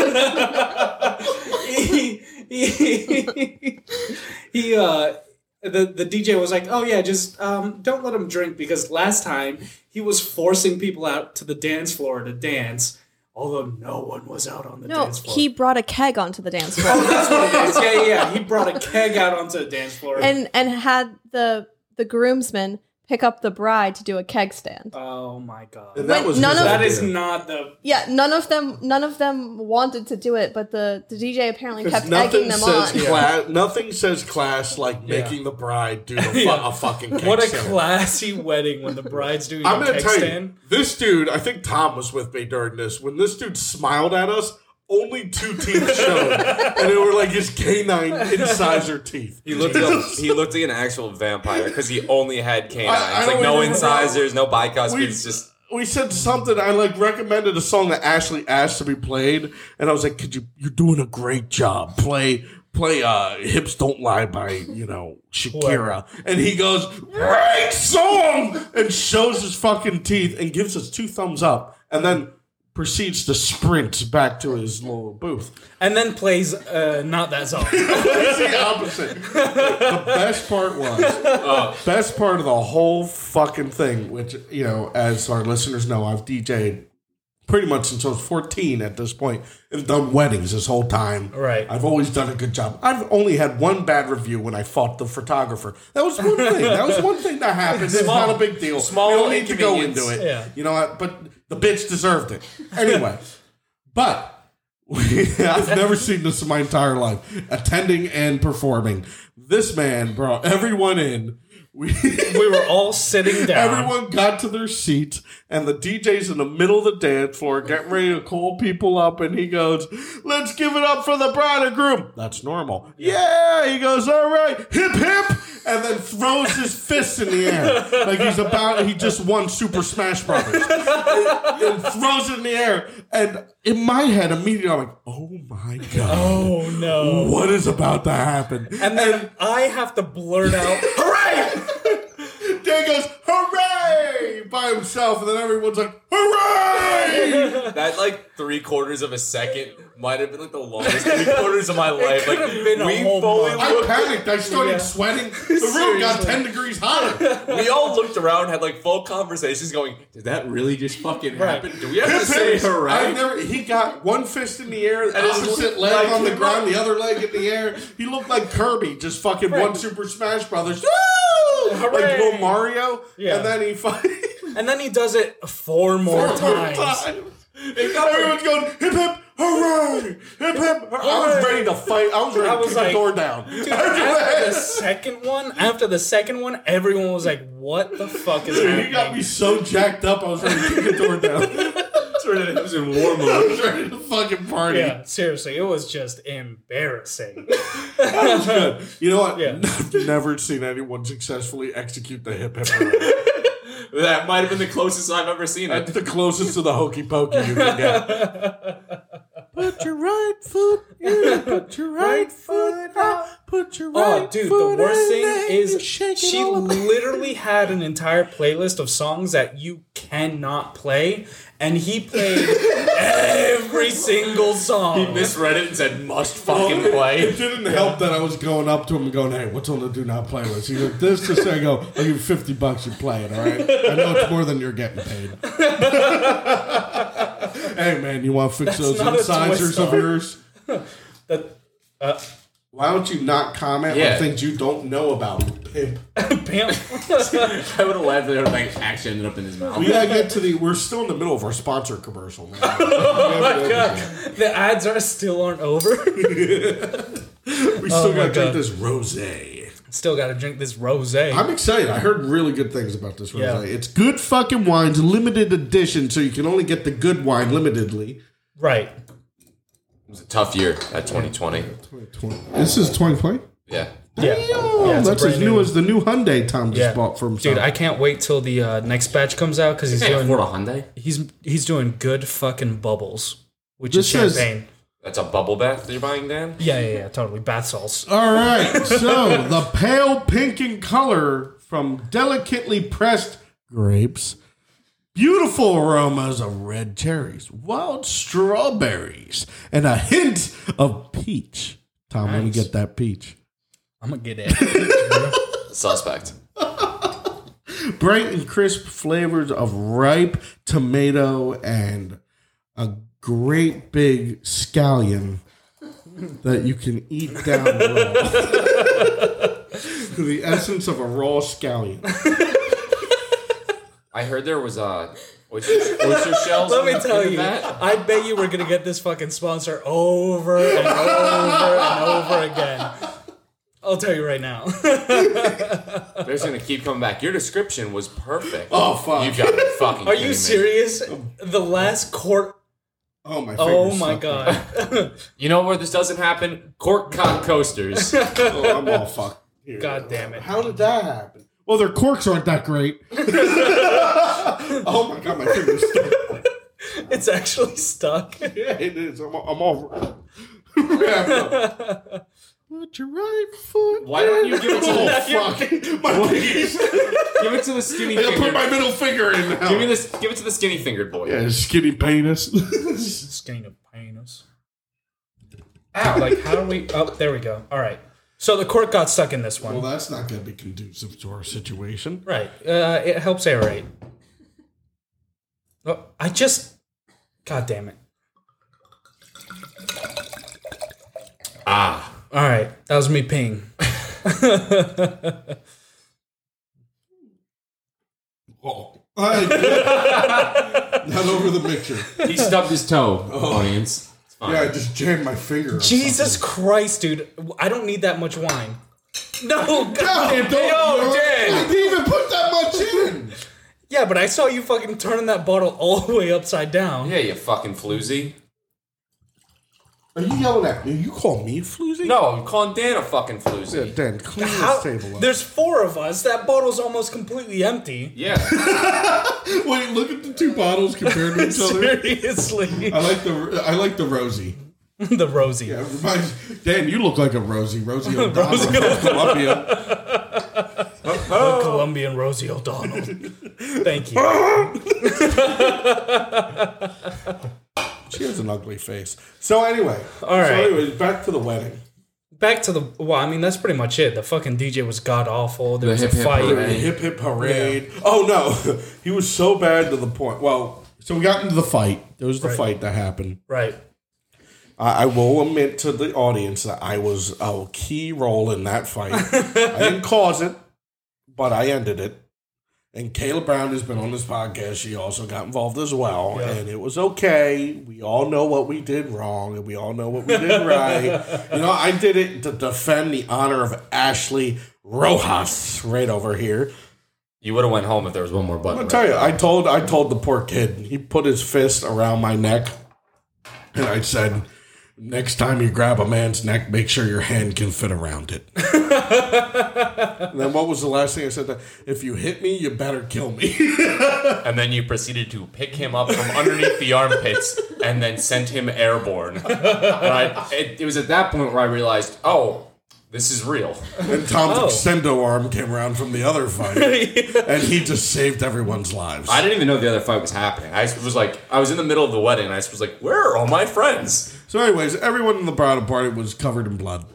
A: him.
C: he, he, he, uh, the, the DJ was like, oh yeah, just um, don't let him drink because last time he was forcing people out to the dance floor to dance, although no one was out on the
E: No,
C: dance floor.
E: he brought a keg onto the dance floor
C: yeah, yeah, yeah, he brought a keg out onto the dance floor.
E: and and had the the groomsmen pick up the bride to do a keg stand.
C: oh my god,
A: And that
E: Wait,
A: was
E: none
A: his
E: of-
C: that
A: idea.
C: is not the
E: Yeah, none of them none of them wanted to do it, but the, the DJ apparently kept egging them
A: says
E: on.
A: Class, nothing says class like making the bride do the fu-
C: Yeah.
A: a fucking cake
C: what a
A: stand.
C: classy wedding when the bride's doing
A: I'm
C: a
A: gonna
C: keg
A: tell you,
C: stand.
A: this dude. I think Tom was with me during this. When this dude smiled at us, only two teeth showed, and they were like his canine incisor teeth.
D: He looked like he looked like an actual vampire because he only had canines,
A: I- I don't
D: like no
A: even-
D: incisors, no
A: We-
D: bicuspids, just
A: we said something. I like recommended a song that Ashley asked to be played, and I was like, "Could you? You're doing a great job. Play, play. uh Hips don't lie by you know Shakira." And he goes, "Great song!" and shows his fucking teeth and gives us two thumbs up, and then proceeds to sprint back to his little booth.
C: and then plays uh, not that song.
A: It's the opposite. the best part was best part of the whole fucking thing, which you know, as our listeners know, I've DJed pretty much since I was fourteen at this point, and done weddings this whole time.
C: Right.
A: I've always done a good job. I've only had one bad review when I fought the photographer. That was one thing. that was one thing that happened. It's
C: Small-
A: not a big deal.
D: small
A: we don't need to go
D: inconvenience.
A: into it.
C: Yeah.
A: You know what? But the bitch deserved it. Anyway. but I've never seen this in my entire life. Attending and performing. This man brought everyone in. We
C: we were all sitting down.
A: Everyone got to their seats, and the DJ's in the middle of the dance floor getting ready to call people up, and he goes, Let's give it up for the bride and groom. That's normal. Yeah. He goes, All right, hip hip, and then throws his fists in the air. Like he's about, he just won Super Smash Brothers. and, and throws it in the air. And in my head, immediately, I'm like, Oh my God.
C: Oh no!
A: What is about to happen?
C: And then I have to blurt out.
A: Hooray! Dan goes, hooray! By himself, and then everyone's like, hooray!
D: That like three quarters of a second might have been like the longest three quarters of my life.
C: could
D: Like
C: have been a
D: we
C: whole
D: fully
C: month.
A: I panicked. I started
C: Yeah.
A: sweating. The room got 10 degrees hotter.
D: we all looked around, had like full conversations, going, "Did that really just fucking
C: Right.
D: happen? Do we have to say
A: I
D: hooray?"
A: never, he got one fist in the air, the
D: And his
A: opposite
D: leg-
A: leg
D: like-
A: on the ground, the other leg in the air. He looked like Kirby, just fucking one Super Smash Brothers. Woo! Like
C: Hooray!
A: little Mario.
C: Yeah.
A: And then he fucking.
C: And then he does it four more times.
A: Everyone's going hip hip hooray, hip hip. hooray. I was ready to fight. I was ready
C: I
A: to
C: was
A: kick
C: like,
A: the door down.
C: After the second one, after the second one, everyone was like, "What the fuck is
A: Dude, he got
C: happening?"
A: me so jacked up. I was ready to kick the door down.
D: It was in war
A: I
D: mode.
A: was ready to fucking party.
C: Yeah, seriously, it was just embarrassing.
A: That was good. You know what?
C: Yeah.
A: I've never seen anyone successfully execute the hip hip. hooray.
D: That might have been the closest I've ever seen
A: That's
D: it.
A: the closest to the hokey pokey you can get. Put your right foot in. Put your right foot out. Put your
C: Oh, dude, the worst thing is she
A: shaking.
C: literally had an entire playlist of songs that you cannot play, and he played every single song.
D: Misread it and said, "Must fucking play."
A: It didn't help that I was going up to him and going, "Hey, what's on the do not play list?" He's like, "This, this." I go, "I'll give you fifty bucks. You play it, all right? I know it's more than you're getting paid." hey, man, you want to fix those
C: not a
A: incisors
C: twist
A: of
C: on.
A: yours?
C: That- uh,
A: Why don't you not comment
D: Yeah.
A: on things you don't know about? Pimp.
C: Bam.
D: I would have laughed if everything actually ended up in his mouth.
A: We gotta get to the. We're still in the middle of our sponsor commercial. Man. oh my god,
C: the ads are still aren't over.
A: we still
C: Oh my
A: gotta drink
C: God.
A: this rosé.
C: still got to drink this rosé.
A: I'm excited. I heard really good things about this rosé.
C: Yeah.
A: It's good fucking wines, limited edition, so you can only get the good wine limitedly.
C: Right.
D: It was a tough year at 2020.
A: This is 2020.
D: Yeah.
C: Yeah.
A: Oh,
C: it's
A: that's
C: a
A: as
C: brand
A: new,
C: new-
A: as the new Hyundai Tom just
C: Yeah.
A: bought for himself.
C: Dude, I can't wait till the uh, next batch comes out because he's
D: Can't afford
C: doing
D: a Hyundai?
C: he's he's doing good fucking bubbles, which
A: This
C: is
A: says-
C: champagne.
D: That's a bubble bath that you're buying, Dan?
C: Yeah, yeah, yeah, totally. Bath salts.
A: All right, so the pale pink in color from delicately pressed grapes, beautiful aromas of red cherries, wild strawberries, and a hint of peach. Tom, let me get that peach.
C: I'm gonna get it.
D: Suspect.
A: Bright and crisp flavors of ripe tomato and a great big scallion that you can eat down raw. the essence of a raw scallion.
D: I heard there was uh, oyster, oyster shells.
C: Let me
D: in the-
C: tell
D: in
C: you,
D: that.
C: I bet you we're gonna get this fucking sponsor over and over and over again. I'll tell you right now.
D: They're just gonna keep coming back. Your description was perfect.
A: Oh fuck!
D: You got to fucking.
C: Are
D: kidding
C: you
D: me.
C: serious? The last court.
A: oh my!
C: Oh
A: fingers
C: my
A: stuck.
C: god.
D: You know where this doesn't happen? Cork cock coasters.
A: Oh, I'm all fucked. Here.
C: God damn it.
A: How did that happen? Well, their corks aren't that great. oh my god, my fingers stuck.
C: It's actually stuck.
A: Yeah, it is. I'm, I'm all. wrapped up. Put your right foot.
D: Why don't you give us a
A: Oh
D: whole?
A: fuck! My pinkies.
D: Give it to the skinny.
F: I'll put
D: fingered-
F: my middle finger in now.
D: Give me this. Give it to the skinny fingered boy.
F: Yeah, skinny penis.
C: Skinny penis. Ow! Like how do we? Oh, there we go. All right. So the cork got stuck in this one.
A: Well, that's not going to be conducive to our situation.
C: Right. Uh, it helps aerate. Oh, I just. God damn it.
D: Ah,
C: All right. That was me peeing.
A: Oh. Not over the picture.
D: he stubbed his toe. Audience. It's fine.
A: Yeah, I just jammed my finger.
C: Jesus Christ, dude. I don't need that much wine. No,
A: No,
C: God damn it.
A: don't-
C: Oh,
A: no, I
C: damn.
A: didn't even put that much in.
C: Yeah, but I saw you fucking turning that bottle all the way upside down.
D: Yeah, you fucking floozy.
A: Are you yelling at me? You call me floozy?
D: No, I'm calling Dan a fucking
A: Yeah,
D: floozy.
A: Dan, clean
C: How-
A: this table up.
C: there's four of us. That bottle's almost completely empty.
D: Yeah.
A: Wait, look at the two bottles compared to each other.
C: Seriously.
A: I like the I like the Rosie.
C: the Rosie.
A: That reminds- Dan, you look like a Rosie. Rosie O'Donnell from Columbia.
C: The Colombian Rosie O'Donnell. Thank you.
A: She has an ugly face. So anyway,
C: All right.
A: So anyway, back to the wedding.
C: back to the well, I mean that's pretty much it. The fucking DJ was god awful. There was
D: hip
C: a
D: hip
C: fight.
D: hooray.
A: Hip hip parade. Oh no, he was so bad to the point. Well, so we got into the fight. There was the fight that happened.
C: Right.
A: I, I will admit to the audience that I was a key role in that fight. I didn't cause it, but I ended it. And Caleb Brown has been on this podcast. She also got involved as well.
C: Yeah.
A: And it was okay. We all know what we did wrong and we all know what we did right. You know, I did it to defend the honor of Ashley Rojas right over here.
D: you would have went home if there was one more button.
A: I'll
D: right?
A: tell you, I told I told the poor kid. He put his fist around my neck, and I said, "Next time you grab a man's neck, make sure your hand can fit around it." and then what was the last thing I said? That if you hit me, you better kill me.
D: And then you proceeded to pick him up from underneath the armpits and then sent him airborne. And I, it, it was at that point where I realized, oh, this is real.
A: and Tom's
C: Oh.
A: extendo arm came around from the other fight, and he just saved everyone's lives.
D: I didn't even know the other fight was happening. I was like, I was in the middle of the wedding and I was like, where are all my friends?
A: so, anyways, everyone in the bridal party was covered in blood.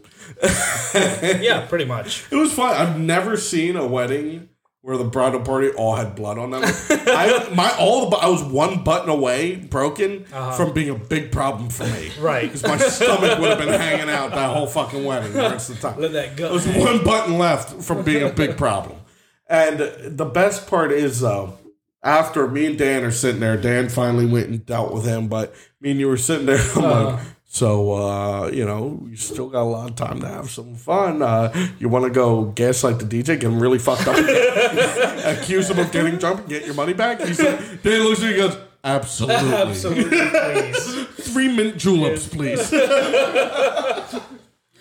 C: Yeah, pretty much.
A: It was fun. I've never seen a wedding where the bridal party all had blood on them. I my all the bu- I was one button away broken from being a big problem for me.
C: Uh-huh. Right.
A: Because my stomach would have been hanging out that whole fucking wedding the rest of the time.
C: Let that go.
A: There was one button left from being a big problem. And the best part is uh, though, after me and Dan are sitting there, Dan finally went and dealt with him, but me and you were sitting there, I'm like, so uh, you know, you still got a lot of time to have some fun. Uh, you want to go gaslight the DJ, get him really fucked up, accuse him of getting drunk, and get your money back. He said, Dan looks at me and goes, absolutely,
C: Absolutely please.
A: three mint juleps, please.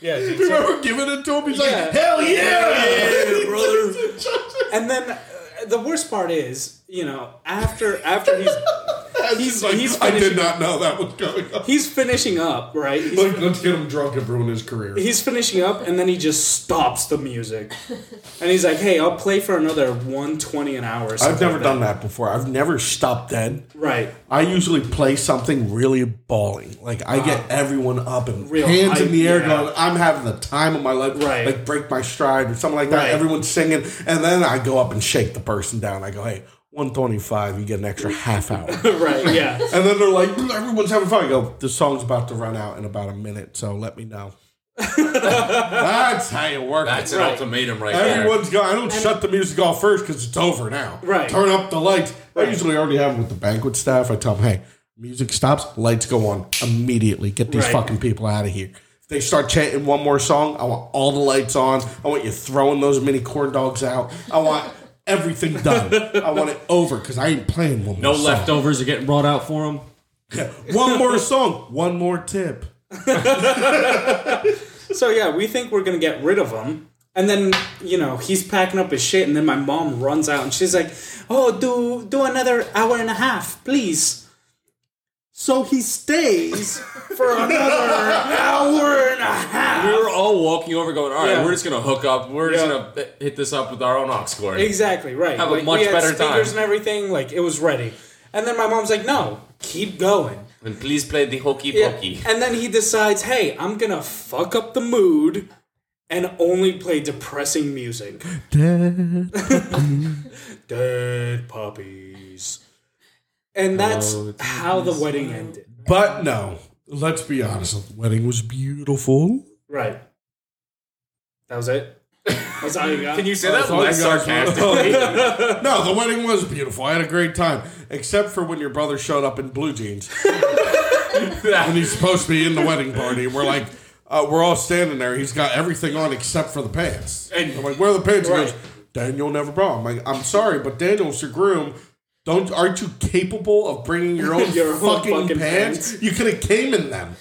C: Yeah. dude, so-
A: Remember giving it to him? He's
C: Yeah.
A: like, hell yeah,
C: and then uh, the worst part is, you know, after after he's he's,
A: Like,
C: he's
A: I did
C: finishing,
A: not know that was going on.
C: he's finishing up, right? He's,
A: Like, let's get him drunk and ruin his career.
C: he's finishing up and then he just stops the music. And he's like, "Hey, I'll play for another 120 an hour." Or
A: I've
C: something
A: never
C: like
A: done that before. I've never stopped dead.
C: Right.
A: I usually play something really bawling. Like I get everyone up and
C: Uh-huh. Real
A: hands
C: hype,
A: in the air
C: yeah.
A: going, I'm having the time of my life.
C: Right.
A: Like break my stride or something like that.
C: Right.
A: Everyone's singing. And then I go up and shake the person down. I go, hey, 125, you get an extra half hour. and
C: Right. Yeah.
A: then they're like, everyone's having fun. I go, the song's about to run out in about a minute, so let me know. That's how you work. it.
D: That's an ultimatum right there.
A: Everyone's gone. I don't shut the music off first because it's over now.
C: Right.
A: Turn up the lights. I usually already have it with the banquet staff. I tell them, hey, music stops, lights go on immediately. Get these
C: Right.
A: fucking people out of here. If they start chanting one more song, I want all the lights on. I want you throwing those mini corn dogs out. I want everything done. I want it over because I ain't playing one more
D: No
A: song.
D: leftovers are getting brought out for him.
A: One more song. One more tip.
C: So yeah, we think we're gonna get rid of him. And then, you know, he's packing up his shit and then my mom runs out and she's like, Oh, do do another hour and a half, please.
G: So he stays for another hour and a half.
D: We were all walking over, going, "All right,
C: Yeah.
D: we're just gonna hook up. We're
C: Yeah.
D: just gonna hit this up with our own aux cord."
C: Exactly right.
D: Have a
C: like,
D: much
C: we had
D: better
C: speakers
D: time.
C: and everything. Like it was ready. And then my mom's like, "No, keep going."
D: And please play the hokey
C: Yeah.
D: pokey.
C: And then he decides, "Hey, I'm gonna fuck up the mood." And only play depressing music. Dead puppies. And that's how the wedding ended.
A: But no, let's be honest. The wedding was beautiful.
C: Right. That was it. That's all you got.
D: Can you say that less sarcastically?
C: Oh,
A: No, the wedding was beautiful. I had a great time, except for when your brother showed up in blue jeans. when he's supposed to be in the wedding party, we're like, uh, we're all standing there. He's got everything on except for the pants.
C: And-
A: I'm like, where are the pants?
C: Right.
A: He goes, Daniel never brought. 'em." I'm like, I'm sorry, but Daniel's your groom. Don't aren't you capable of bringing your own
C: Your own
A: fucking,
C: fucking
A: pants?
C: pants.
A: You could have came in them.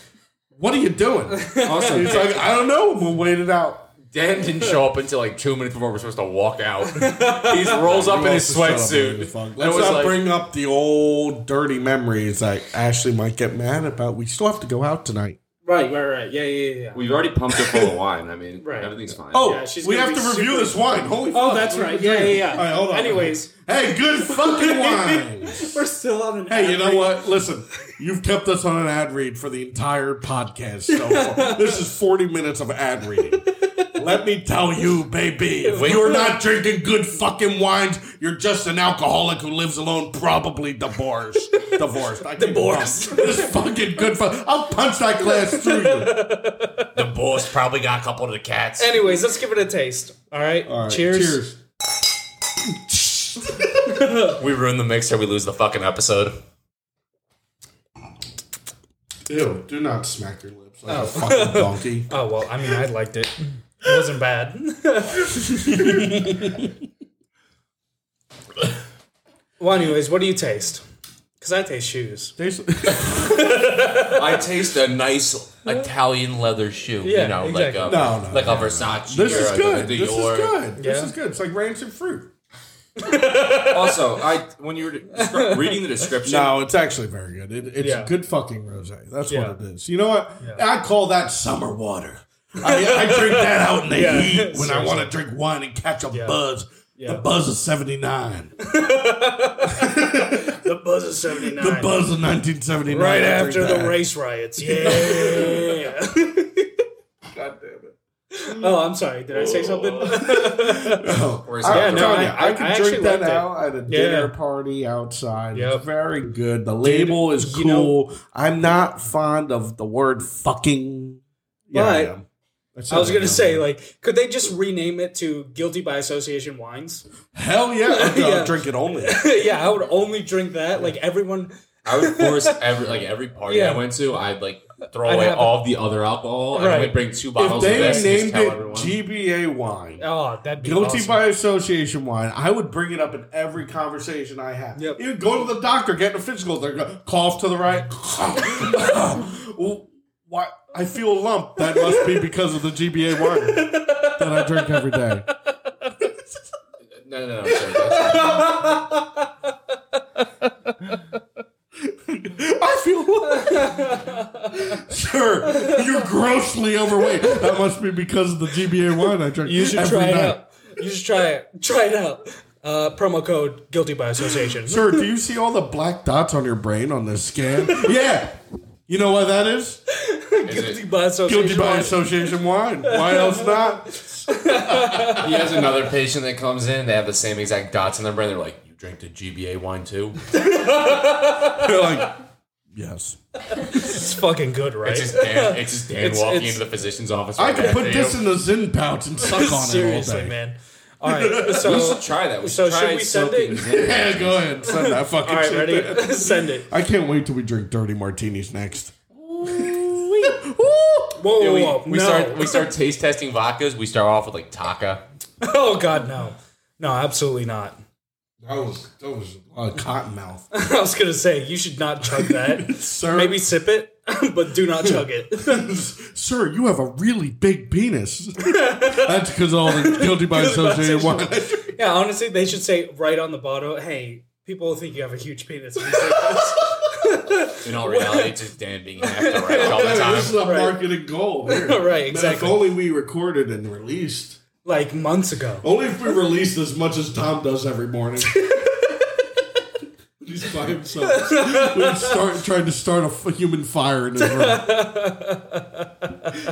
A: What are you doing? Awesome. He's like, I don't know. We'll wait it out.
D: Dan didn't show up until like two minutes before we're supposed to walk out. He rolls up in his sweatsuit.
A: Let's
D: And it was
A: not
D: like-
A: bring up the old dirty memories that Ashley might get mad about. We still have to go out tonight.
C: right, right, right. Yeah, yeah, yeah, yeah.
D: We've already pumped her full of wine. I mean,
C: Right.
D: everything's fine.
A: Oh,
C: Yeah, she's
A: we
C: gonna
A: have
C: be
A: to review
C: super-
A: this wine. Holy
C: Oh,
A: fuck.
C: that's right. Yeah, yeah, yeah.
A: All right, hold on.
C: Anyways,
A: Hey, good fucking wine.
G: We're still on an.
A: Hey, you know what? Listen, you've kept us on an ad read for the entire podcast so far. this is 40 minutes of ad reading. Let me tell you, baby, if you're not drinking good fucking wines, you're just an alcoholic who lives alone, probably divorced. Divorced. I can't-
C: Divorced.
A: This fucking good fuck. I'll punch that glass through you.
D: the boss probably got a couple of the cats.
C: anyways, let's give it a taste. All right.
A: All right,
C: cheers.
A: Cheers.
D: we ruin the mixer, we lose the fucking episode.
A: Ew, Oh. do not smack your lips like a fucking donkey.
C: Oh well, I mean, I liked it. It wasn't bad. well, anyways, what do you taste? Because I taste shoes.
D: I taste a nice Italian leather shoe.
C: Yeah,
D: you know,
C: exactly.
D: like a
A: No, no,
D: like a Versace.
A: This
D: or
A: is
D: a
A: good.
D: Dior.
A: This is good. This
C: Yeah.
A: is good. It's like rancid fruit.
D: Also, I when you were descri- reading the description,
A: No, it's actually very good. It, it's
C: Yeah.
A: good fucking rosé. That's
C: Yeah.
A: what it is. You know what? I call that summer water. I, I drink that out in the
C: Yeah.
A: heat when I want to drink wine and catch a buzz.
C: Yeah.
A: The buzz of 79. The
C: The buzz is seventy nine.
A: buzz of 1979.
C: right
A: I drink
C: after the
A: that.
C: race riots. Yeah. God damn it. Oh, I'm sorry. Did I say something?
A: Oh.
D: Or is
A: I'm
D: it-
C: Yeah, no,
A: telling you,
C: I-
A: I,
C: I-
A: could
C: I
A: drink
C: actually
A: that
C: liked it.
A: out at a
C: Yeah.
A: dinner party outside.
C: Yep.
A: It's very good. The label is
C: you
A: cool. I'm not fond of the word fucking. Yeah, I
C: But-
A: am. said
C: I was gonna
A: am.
C: say, like, could they just rename it to Guilty by Association Wines?
A: hell yeah, I'd
C: Yeah.
A: drink it only.
C: yeah, I would only drink that. Like everyone,
D: I would force every like every party
C: Yeah.
D: I went to, I'd like throw
C: I'd
D: away
C: have-
D: all the other alcohol and I
C: Right.
D: would bring two
A: if
D: bottles of
A: they
D: this and just
A: named
D: tell
A: it
D: everyone.
A: GBA wine,
C: oh, that'd be
A: guilty
C: awesome.
A: by association wine, I would bring it up in every conversation I have.
C: Yep.
A: Even go to the doctor, getting a physical, they're going cough to the right. Well, Why? I feel a lump. That must be because of the GBA wine that I drink every day.
D: no, no, no, no, sorry, that's-
A: I feel a lump. Sir, you're grossly overweight. That must be because of the GBA wine I drink
C: You should
A: every
C: try it
A: night.
C: out. You should try it. Try it out. Uh, promo code Guilty by Association.
A: Sir, do you see all the black dots on your brain on this scan? yeah. You know why that is?
D: is it-
C: by Association.
A: Guilty by
C: Wines.
A: association wine. Why else not?
D: He has another patient that comes in, they have the same exact dots in their brain. They're like, You drank the GBA wine too?
A: They're like, yes.
C: It's fucking good, right?
D: It's just Dan, it's just Dan
C: It's-
D: walking
C: it's-
D: into the physician's office.
A: I
D: right
A: could
D: after
A: put
D: you.
A: this in the Zin pouch and suck on it all
C: Seriously,
A: day.
C: man. All right, so
D: We should try that. We
C: So
D: should try
C: should we send
D: soaking
C: it?
D: in.
A: Yeah, go ahead. Send that fucking
C: all right,
A: shit.
C: ready? Send it.
A: I can't wait till we drink dirty martinis next.
C: Whoa,
D: Yeah,
C: whoa,
D: we,
C: whoa.
D: we
C: no.
D: start we start taste testing vodkas. We start off with like Taka.
C: Oh God, no, no, absolutely not.
A: That was that was a cotton mouth.
C: I was gonna say you should not chug that.
A: Sir
C: Maybe sip it, but do not chug it.
A: Sir, you have a really big penis. That's because all the guilty by association wine.
C: yeah, honestly, they should say right on the bottle, "Hey, people think you have a huge penis." if you say this."
D: In all reality, it's just Dan being half direct all the
A: I mean, this is
D: time.
A: a marketed goal. Here.
C: Right,
A: Man,
C: exactly.
A: If only we recorded and released.
C: like months ago.
A: Only if we released as much as Tom does every morning. He's by himself. We'd start trying to start a f- human fire in his room.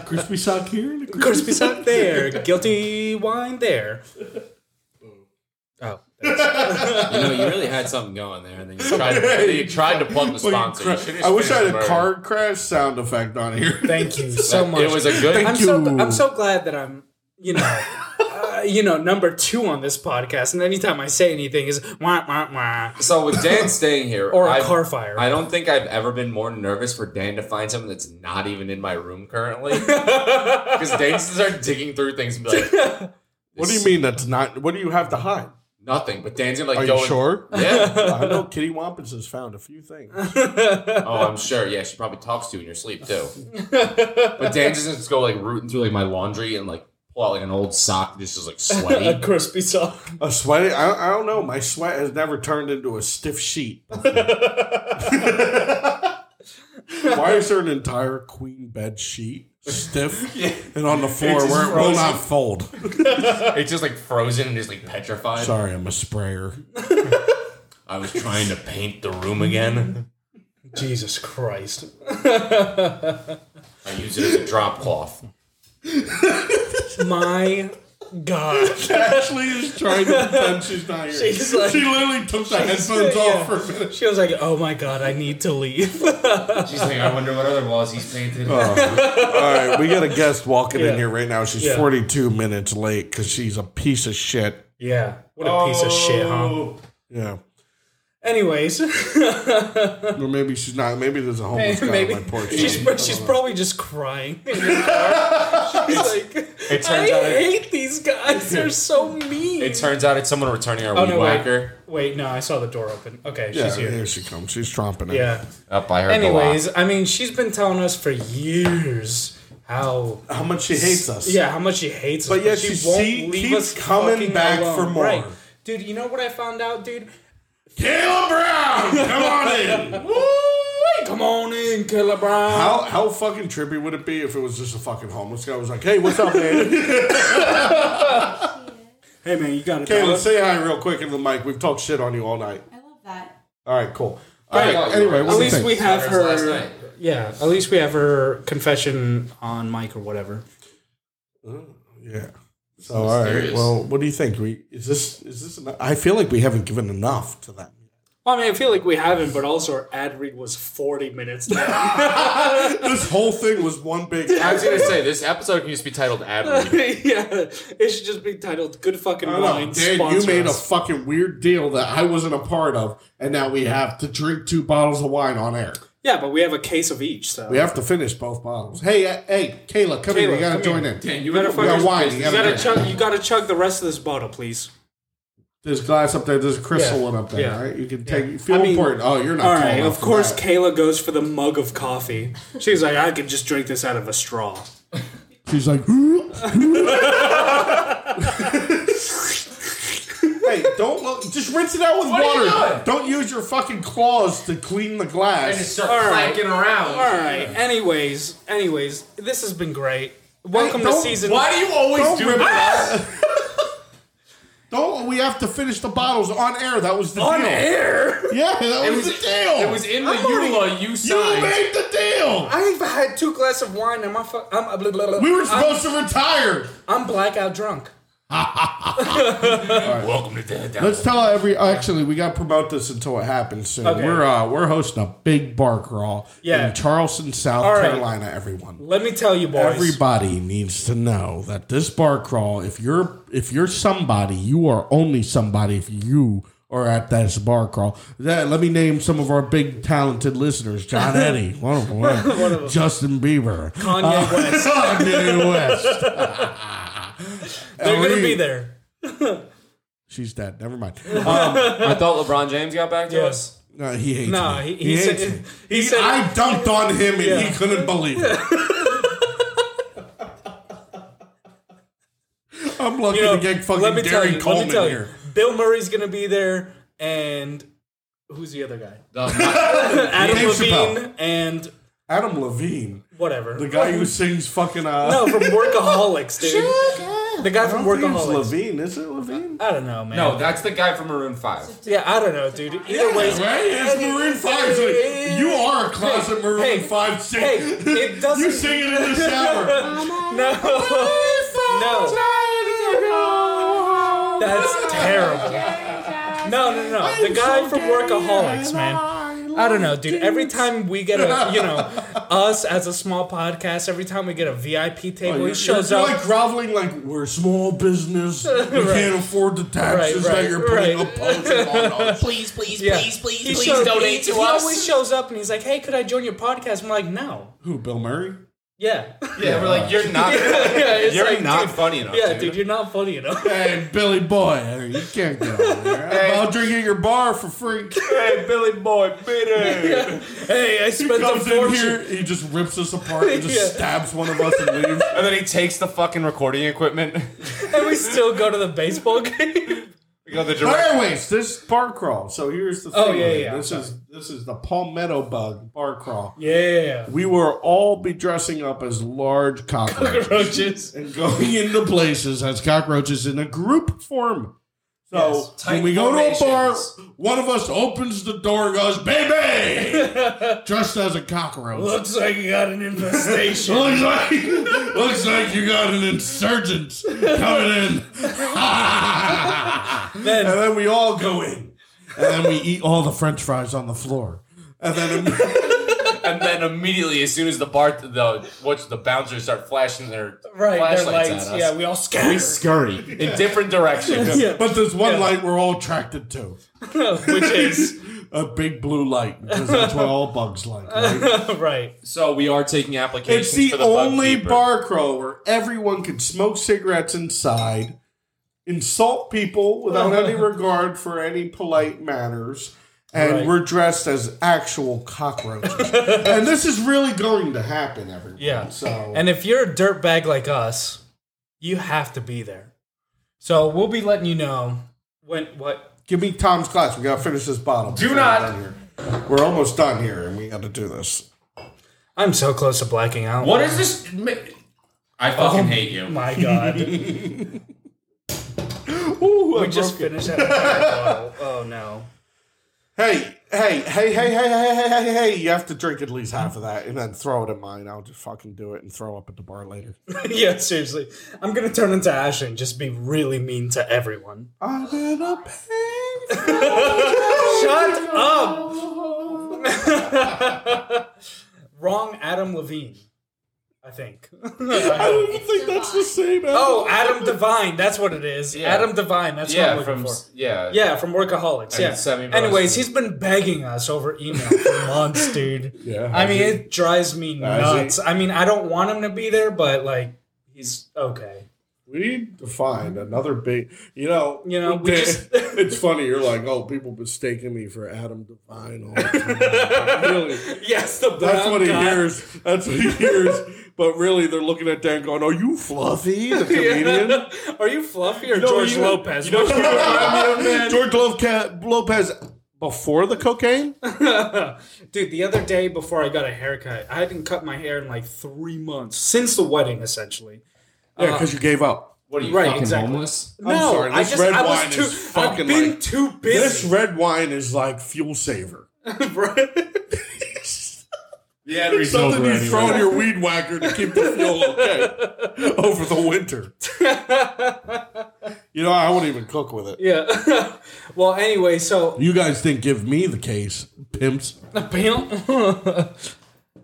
A: Crispy sock here and a crispy
C: Crispy sock there, guilty wine there. Oh,
D: You know, you really had something going there, and then you tried to, you tried to plug the sponsor. You should've
A: I wish I had a
D: finished
A: car crash sound effect on here.
C: thank you so
D: the
C: much.
D: murder. It was a good.
C: I'm
A: Thank
C: so
A: you.
C: I'm so glad that I'm you know uh, you know number two on this podcast, and anytime I say anything is wah wah wah.
D: So with Dan staying here,
C: Or a
D: I've-
C: car fire.
D: I don't think I've ever been more nervous for Dan to find something that's not even in my room currently. Because Dan just starts digging through things and be like,
A: What do you mean that's not? What do you have to hide?
D: nothing. But Dan's gonna like
A: Are
D: go
A: you
D: and-
A: sure?
D: Yeah.
A: I know Kitty Wampus has found a few things.
D: Oh, I'm sure. Yeah, she probably talks to you in your sleep too. but Dan just just go like rooting through like my laundry and like pull out like an old sock. This is like
C: A
D: sweaty.
C: crispy sock.
A: A sweaty? I, I don't know. My sweat has never turned into a stiff sheet. Why is there an entire queen bed sheet stiff and on the floor
D: just
A: where it will
D: frozen.
A: not fold?
D: it's just like frozen and just like petrified.
A: Sorry, I'm a sprayer.
D: I was trying to paint the room again.
C: Jesus Christ.
D: I use it as a drop cloth.
C: My God.
A: Ashley is trying to pretend she's not here.
C: She's like-
A: she literally took the headphones
C: yeah.
A: off for a minute.
C: She was like, oh my God, I need to leave.
D: She's like, I wonder what other walls he's painted.
A: All right, we got a guest walking
C: Yeah.
A: in here right now. She's
C: Yeah.
A: 42 minutes late because she's a piece of shit.
C: Yeah. What a piece of shit, huh?
A: Yeah.
C: Oh. Anyways,
A: Or maybe she's not. Maybe there's a homeless guy
C: maybe
A: on my porch.
C: she's, she's probably just crying. In her car. She's like,
D: It
C: I
D: turns out it,
C: hate these guys. They're so mean.
D: it turns out it's someone returning our
C: Oh,
D: weed
C: no, wait.
D: whacker.
C: Wait, no, I saw the door open. Okay,
A: yeah,
C: she's here.
A: here she comes. She's tromping it.
C: Yeah.
D: Up by her.
C: Anyways, I mean, she's been telling us for years how
A: How much she hates us.
C: yeah how much she hates us,
A: But yet she see- keeps coming
C: fucking
A: back for more.
C: dude. You know what I found out, dude?
A: Caleb Brown, come on in.
C: Come on in, Killer Brown.
A: How how fucking trippy would it be if it was just a fucking homeless guy? was like, hey, what's up, man?
C: Hey man, you got it.
A: Caleb, say hi real quick into the mic. We've talked shit on you all night.
H: I love that.
A: All right, cool. All
D: I
A: right.
D: thought you
A: Anyway,
D: were-
A: what
C: At
A: do you
C: least
A: think?
C: we have
D: That was last
C: her.
D: night.
C: Yeah, at least we have her confession on mic or whatever.
A: yeah. So all right.
D: mysterious.
A: Well, what do you think? We is this is this? Enough? I feel like we haven't given enough to that.
C: Well, I mean, I feel like we haven't, but also our ad read was forty minutes. long.
A: this whole thing was one big.
D: I was gonna say this episode can just be titled "Ad Read."
C: yeah, it should just be titled "Good Fucking
A: I don't
C: Wine."
A: know, Dan, you
C: Sponsor
A: made a
C: Us."
A: fucking weird deal that I wasn't a part of, and now we have to drink two bottles of wine on air.
C: yeah, but we have a case of each. So
A: We have to finish both bottles. Hey, uh, hey, Kayla, come here.
C: Kayla,
A: You gotta
C: come
A: join
C: here.
A: in.
D: you
C: gotta fucking-
A: wine, you
C: You
A: gotta
C: gotta chug. You gotta chug the rest of this bottle, please.
A: There's glass up there. There's a crystal
C: Yeah.
A: one up there.
C: Yeah.
A: All right, you can take. You feel
C: I mean-
A: important. Oh, you're not.
C: All
A: tall
C: right.
A: enough
C: Of
A: for
C: course,
A: that.
C: Kayla goes for the mug of coffee. She's like, I could just drink this out of a straw.
A: she's like. hey, don't look. Just rinse it out with
D: are you
A: water.
D: doing?
A: Don't use your fucking claws to clean the glass.
D: start
C: right.
D: clacking around.
C: All right. Anyways, anyways, this has been great. Welcome to
A: don't-
C: season.
D: Why do you always
A: Don't
D: do
A: rip
D: that?
A: Don't. We have to finish the bottles on air. That was the
C: on
A: deal.
C: air?
A: Yeah, that was, the deal.
D: It was in the
C: I'm already-
D: EULA you
A: you
D: signed.
A: made the deal.
C: I've had two glasses of wine and my fu- I'm blah, blah, blah.
A: We were supposed to retire.
C: I'm, I'm blackout drunk.
D: Welcome to Dead Down.
A: Let's tell every. Actually, we got to promote this until it happens soon.
C: Okay.
A: We're uh, we're hosting a big bar crawl
C: Yeah.
A: in Charleston, South
C: All right.
A: Carolina. Everyone,
C: Let me tell you, boys.
A: everybody needs to know that this bar crawl. If you're if you're somebody, you are only somebody if you are at this bar crawl. That, let me name some of our big talented listeners: John Eddie, one of them, Justin Bieber,
C: Kanye West.
A: Kanye West.
C: They're gonna
A: Ellie-
C: be there.
A: She's dead. Never mind.
D: I thought LeBron James got back to us.
C: Yes.
A: No, Uh, he hates
C: No,
A: me.
C: he, he,
A: hates
C: said.
A: me.
C: He said.
A: I dumped on him and he couldn't believe it. I'm lucky
C: you know,
A: to get fucking
C: let me tell
A: Gary
C: you, let
A: Coleman
C: me tell you,
A: here.
C: Bill Murray's gonna be there, and Who's the other guy?
D: The-
C: Adam
A: Dave Chappelle.
C: Levine and
A: Adam Levine,
C: whatever.
A: the guy who sings fucking. Uh,
C: no, from Workaholics, dude. The guy
A: I
C: from
A: don't think it's
C: Workaholics.
A: Levine, is it Levine?
C: I don't know, man.
D: no, that's the guy from Maroon Five.
C: yeah, I don't know, dude. Either way,
A: Right? It's Maroon 5. It's like, you are a closet Maroon
C: hey,
A: 5 singer.
C: hey, it doesn't.
A: you sing it in the shower.
C: No. no. That's terrible. No, no, no. The guy from Workaholics, man. I don't know, dude. Every time we get a, you know, us as a small podcast, every time we get a VIP table, he shows
A: Oh, you're
C: up.
A: like groveling, like, we're a small business. We can't afford the taxes
C: Right,
A: that you're
C: right,
A: putting up on us.
G: Please, please,
C: yeah.
G: please, please,
C: He
G: please
C: shows-
G: donate
C: he,
G: to
C: he
G: us.
C: always shows up and he's like, "Hey, could I join your podcast?" I'm like, "No."
A: Who, Bill Murray?
C: Yeah.
D: Yeah, we're like, you're not,
C: yeah it's
D: you're
C: like,
D: not
C: dude,
D: funny enough.
C: Yeah, dude, you're not funny enough.
A: Hey, Billy Boy, you can't get over there. I'll drink at your bar for free.
D: Hey, Billy Boy, Peter.
C: hey, I spent the
A: Comes in
C: fortune.
A: here, he just rips us apart and just
C: Yeah.
A: stabs one of us and leaves.
D: And then he takes the fucking recording equipment.
C: And we still go to the baseball game.
D: We go to the
A: But
D: direct.
A: anyways, this bar crawl. So here's the thing.
C: Oh, yeah,
A: with it.
C: yeah,
A: This is this is the palmetto bug bar crawl.
C: yeah.
A: We were all be dressing up as large cockroaches
C: Roaches.
A: and going into places as cockroaches in a group form. So
C: Yes.
A: when we go to a bar,
G: formations.
A: one of us opens the door and goes, "Baby," dressed as a cockroach.
C: Looks like you got an infestation.
A: Looks like, looks like you got an insurgent coming in.
C: Then-
A: and then we all go in. And then we eat all the french fries on the floor. And then
D: And then immediately, as soon as the bar, the what's the bouncers start flashing their
C: right, their
D: flashlights
C: lights.
D: at us.
C: Yeah, we all scatter.
D: scurry in different directions.
A: But there's one light we're all attracted to.
C: Which is
A: A big blue light. Because that's what all bugs like. right?
C: right.
D: So we are taking applications.
A: It's the,
D: for the bug
A: only
D: keeper.
A: bar crawl where everyone can smoke cigarettes inside, insult people without any regard for any polite manners, and
C: Right.
A: we're dressed as actual cockroaches. and this is really going to happen, everyone.
C: Yeah.
A: So
C: And if you're a dirtbag like us, you have to be there. So we'll be letting you know when what
A: give me Tom's class. We gotta finish this bottle. Do
D: not-
A: We're almost done here, and we got to do this.
C: I'm so close to blacking out.
D: What is this? Ma- I fucking hate you.
C: Oh My God.
A: Ooh,
C: we just finished that. entire bottle. Oh no.
A: Hey, hey, hey, hey, hey, hey, hey, hey, hey! You have to drink at least half of that, and then throw it in mine. I'll just fucking do it and throw up at the bar later.
C: yeah, seriously. I'm gonna turn into Ash and just be really mean to everyone.
A: I'm in a pain.
C: Shut up! Wrong Adam Levine, I think.
A: I don't even think that's the same.
C: oh, Adam Devine, that's what it is. Adam Devine, that's
D: Yeah,
C: what I'm
D: from
C: looking
D: s-
C: for.
D: yeah,
C: Yeah, from Workaholics. Yeah.
D: Semi-Bros.
C: Anyways, he's been begging us over email for months, dude.
A: Yeah,
C: I
A: has
C: mean,
A: he?
C: it drives me
A: Has he?
C: nuts. I mean, I don't want him to be there, but like, he's okay.
A: We need to find another big. You know,
C: You know, we just-
A: it's funny. You're like, oh, people mistaking me for Adam Devine all the time. really,
C: Yes, the
A: that's
C: brown
A: what he
C: guy.
A: hears. That's what he hears. But really, they're looking at Dan going, "Are you fluffy, the comedian?"
C: Are you Fluffy or
A: know,
C: George
A: you-
C: Lopez?
A: you know,
C: Which one are you, Oh, man?
A: George Lopez, Lopez before the cocaine.
C: Dude, the other day before I got a haircut, I hadn't cut my hair in like three months since the wedding, essentially.
A: Yeah,
C: Uh,
A: because you gave up.
D: What are you
C: Right,
D: fucking
C: exactly.
D: homeless?
C: no,
A: sorry,
C: I
A: this
C: just
A: red
C: I
A: wine
C: was too.
A: is
C: I've
A: fucking
C: been
A: like-
C: too
A: This
C: busy.
A: red wine is like fuel saver.
C: bro.
D: Yeah,
A: Something you throw in your weed whacker to keep the fuel okay over the winter. you know, I won't even cook with it.
C: yeah. well, anyway, so
A: You guys didn't give me the case, pimps.
C: Bam.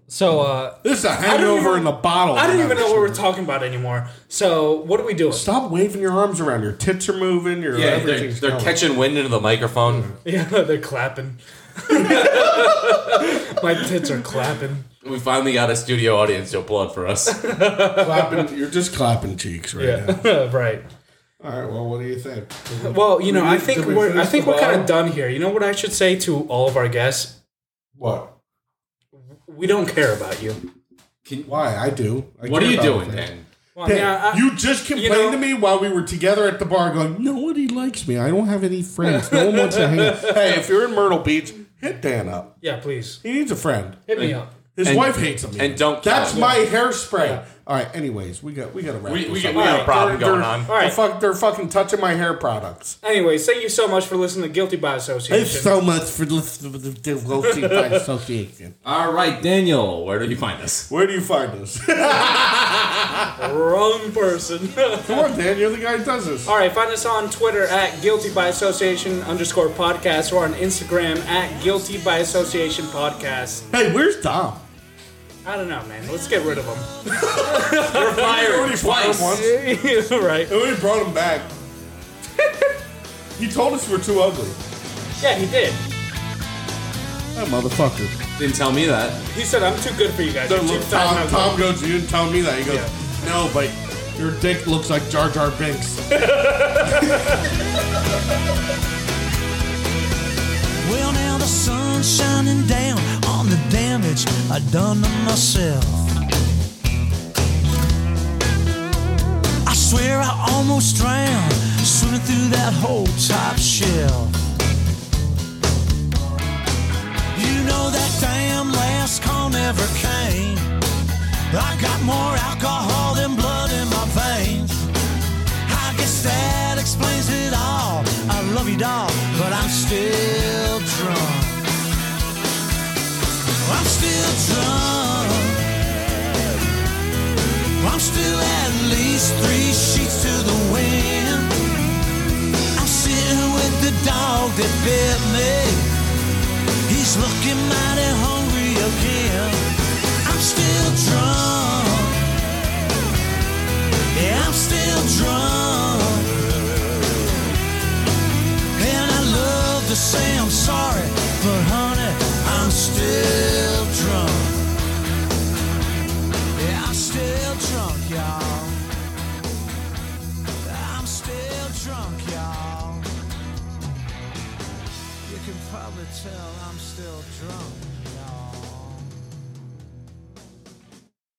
C: so uh,
A: This is a
C: don't
A: hangover
C: even-
A: in the bottle.
C: I don't even know what we're talking about anymore. So what are we doing?
A: Stop waving your arms around. Your tits are moving. Your
D: Yeah, they're,
A: everything's
D: they're
A: going.
D: catching wind into the microphone.
C: Yeah, they're clapping. my tits are clapping.
D: We finally got a studio audience to applaud for us.
A: clapping. You're just clapping cheeks right now.
C: Yeah, right.
A: All right. Well, what do you think?
C: Well, you know,
A: We
C: I
A: need-
C: think
A: did we
C: we're I
A: finish
C: think
A: the
C: we're kind
A: bottle?
C: of done here. You know what I should say to all of our guests?
A: What?
C: We don't care about you.
A: Why? I do. I
D: what are
A: care
D: you
A: about
D: doing,
A: everything.
D: Dan?
C: Well,
A: Hey,
C: I mean, I- I-
A: you just complained
C: know-
A: to me while we were together at the bar, going, "Nobody likes me. I don't have any friends. No one wants to hang out. Hey, if you're in Myrtle Beach, hit Dan up.
C: Yeah, please
A: He needs a friend.
C: hit me up.
A: His
D: And-
A: wife hates him.
D: and don't kill
A: That's
D: him.
A: my hairspray. All right. Anyways, we got we got to wrap
D: We-
A: this
D: we
A: up.
D: got- we got a problem
A: They're-
D: going
A: they're-
D: on.
A: they're
C: All right.
A: fuck- they're fucking touching my hair products.
C: Anyways, thank you so much for listening to Guilty by Association.
A: Thanks so much for listening to the Guilty by Association.
D: All right, Daniel, where do you find us?
A: Where do you find us?
C: Wrong person.
A: Come on, Dan. You're the guy who does this.
C: All right, find us on Twitter at Guilty by Association underscore podcast or on Instagram at Guilty by Association podcast.
A: Hey, where's Dom?
C: I don't know, man. Let's get rid of them.
D: You're fired
A: already fired
D: twice.
A: once.
C: right.
A: And we brought him back. he told us we're too ugly.
C: Yeah, he did.
A: That motherfucker.
D: Didn't tell me that.
C: He said, I'm too good for you guys. You're
A: Then
C: too
A: look,
C: fat
A: Tom,
C: and ugly."
A: Tom goes, you didn't tell me that. He goes, no, but your dick looks like Jar Jar Binks.
B: Well, now the sun's shining down on the damage I done to myself. I swear I almost drowned swimming through that whole top shelf. You know that damn last call never came. I got more alcohol than blood in my veins. I guess that explains it all. I love you, doll, but I'm still drunk. I'm still drunk. I'm still at least three sheets to the wind. I'm sitting with the dog that bit me. He's looking mighty hungry again. I'm still drunk. Yeah, I'm still drunk. And I love to say I'm sorry, but honey, I'm still drunk. Yeah, I'm still drunk, y'all. I'm still drunk, y'all. You can probably tell I'm still drunk.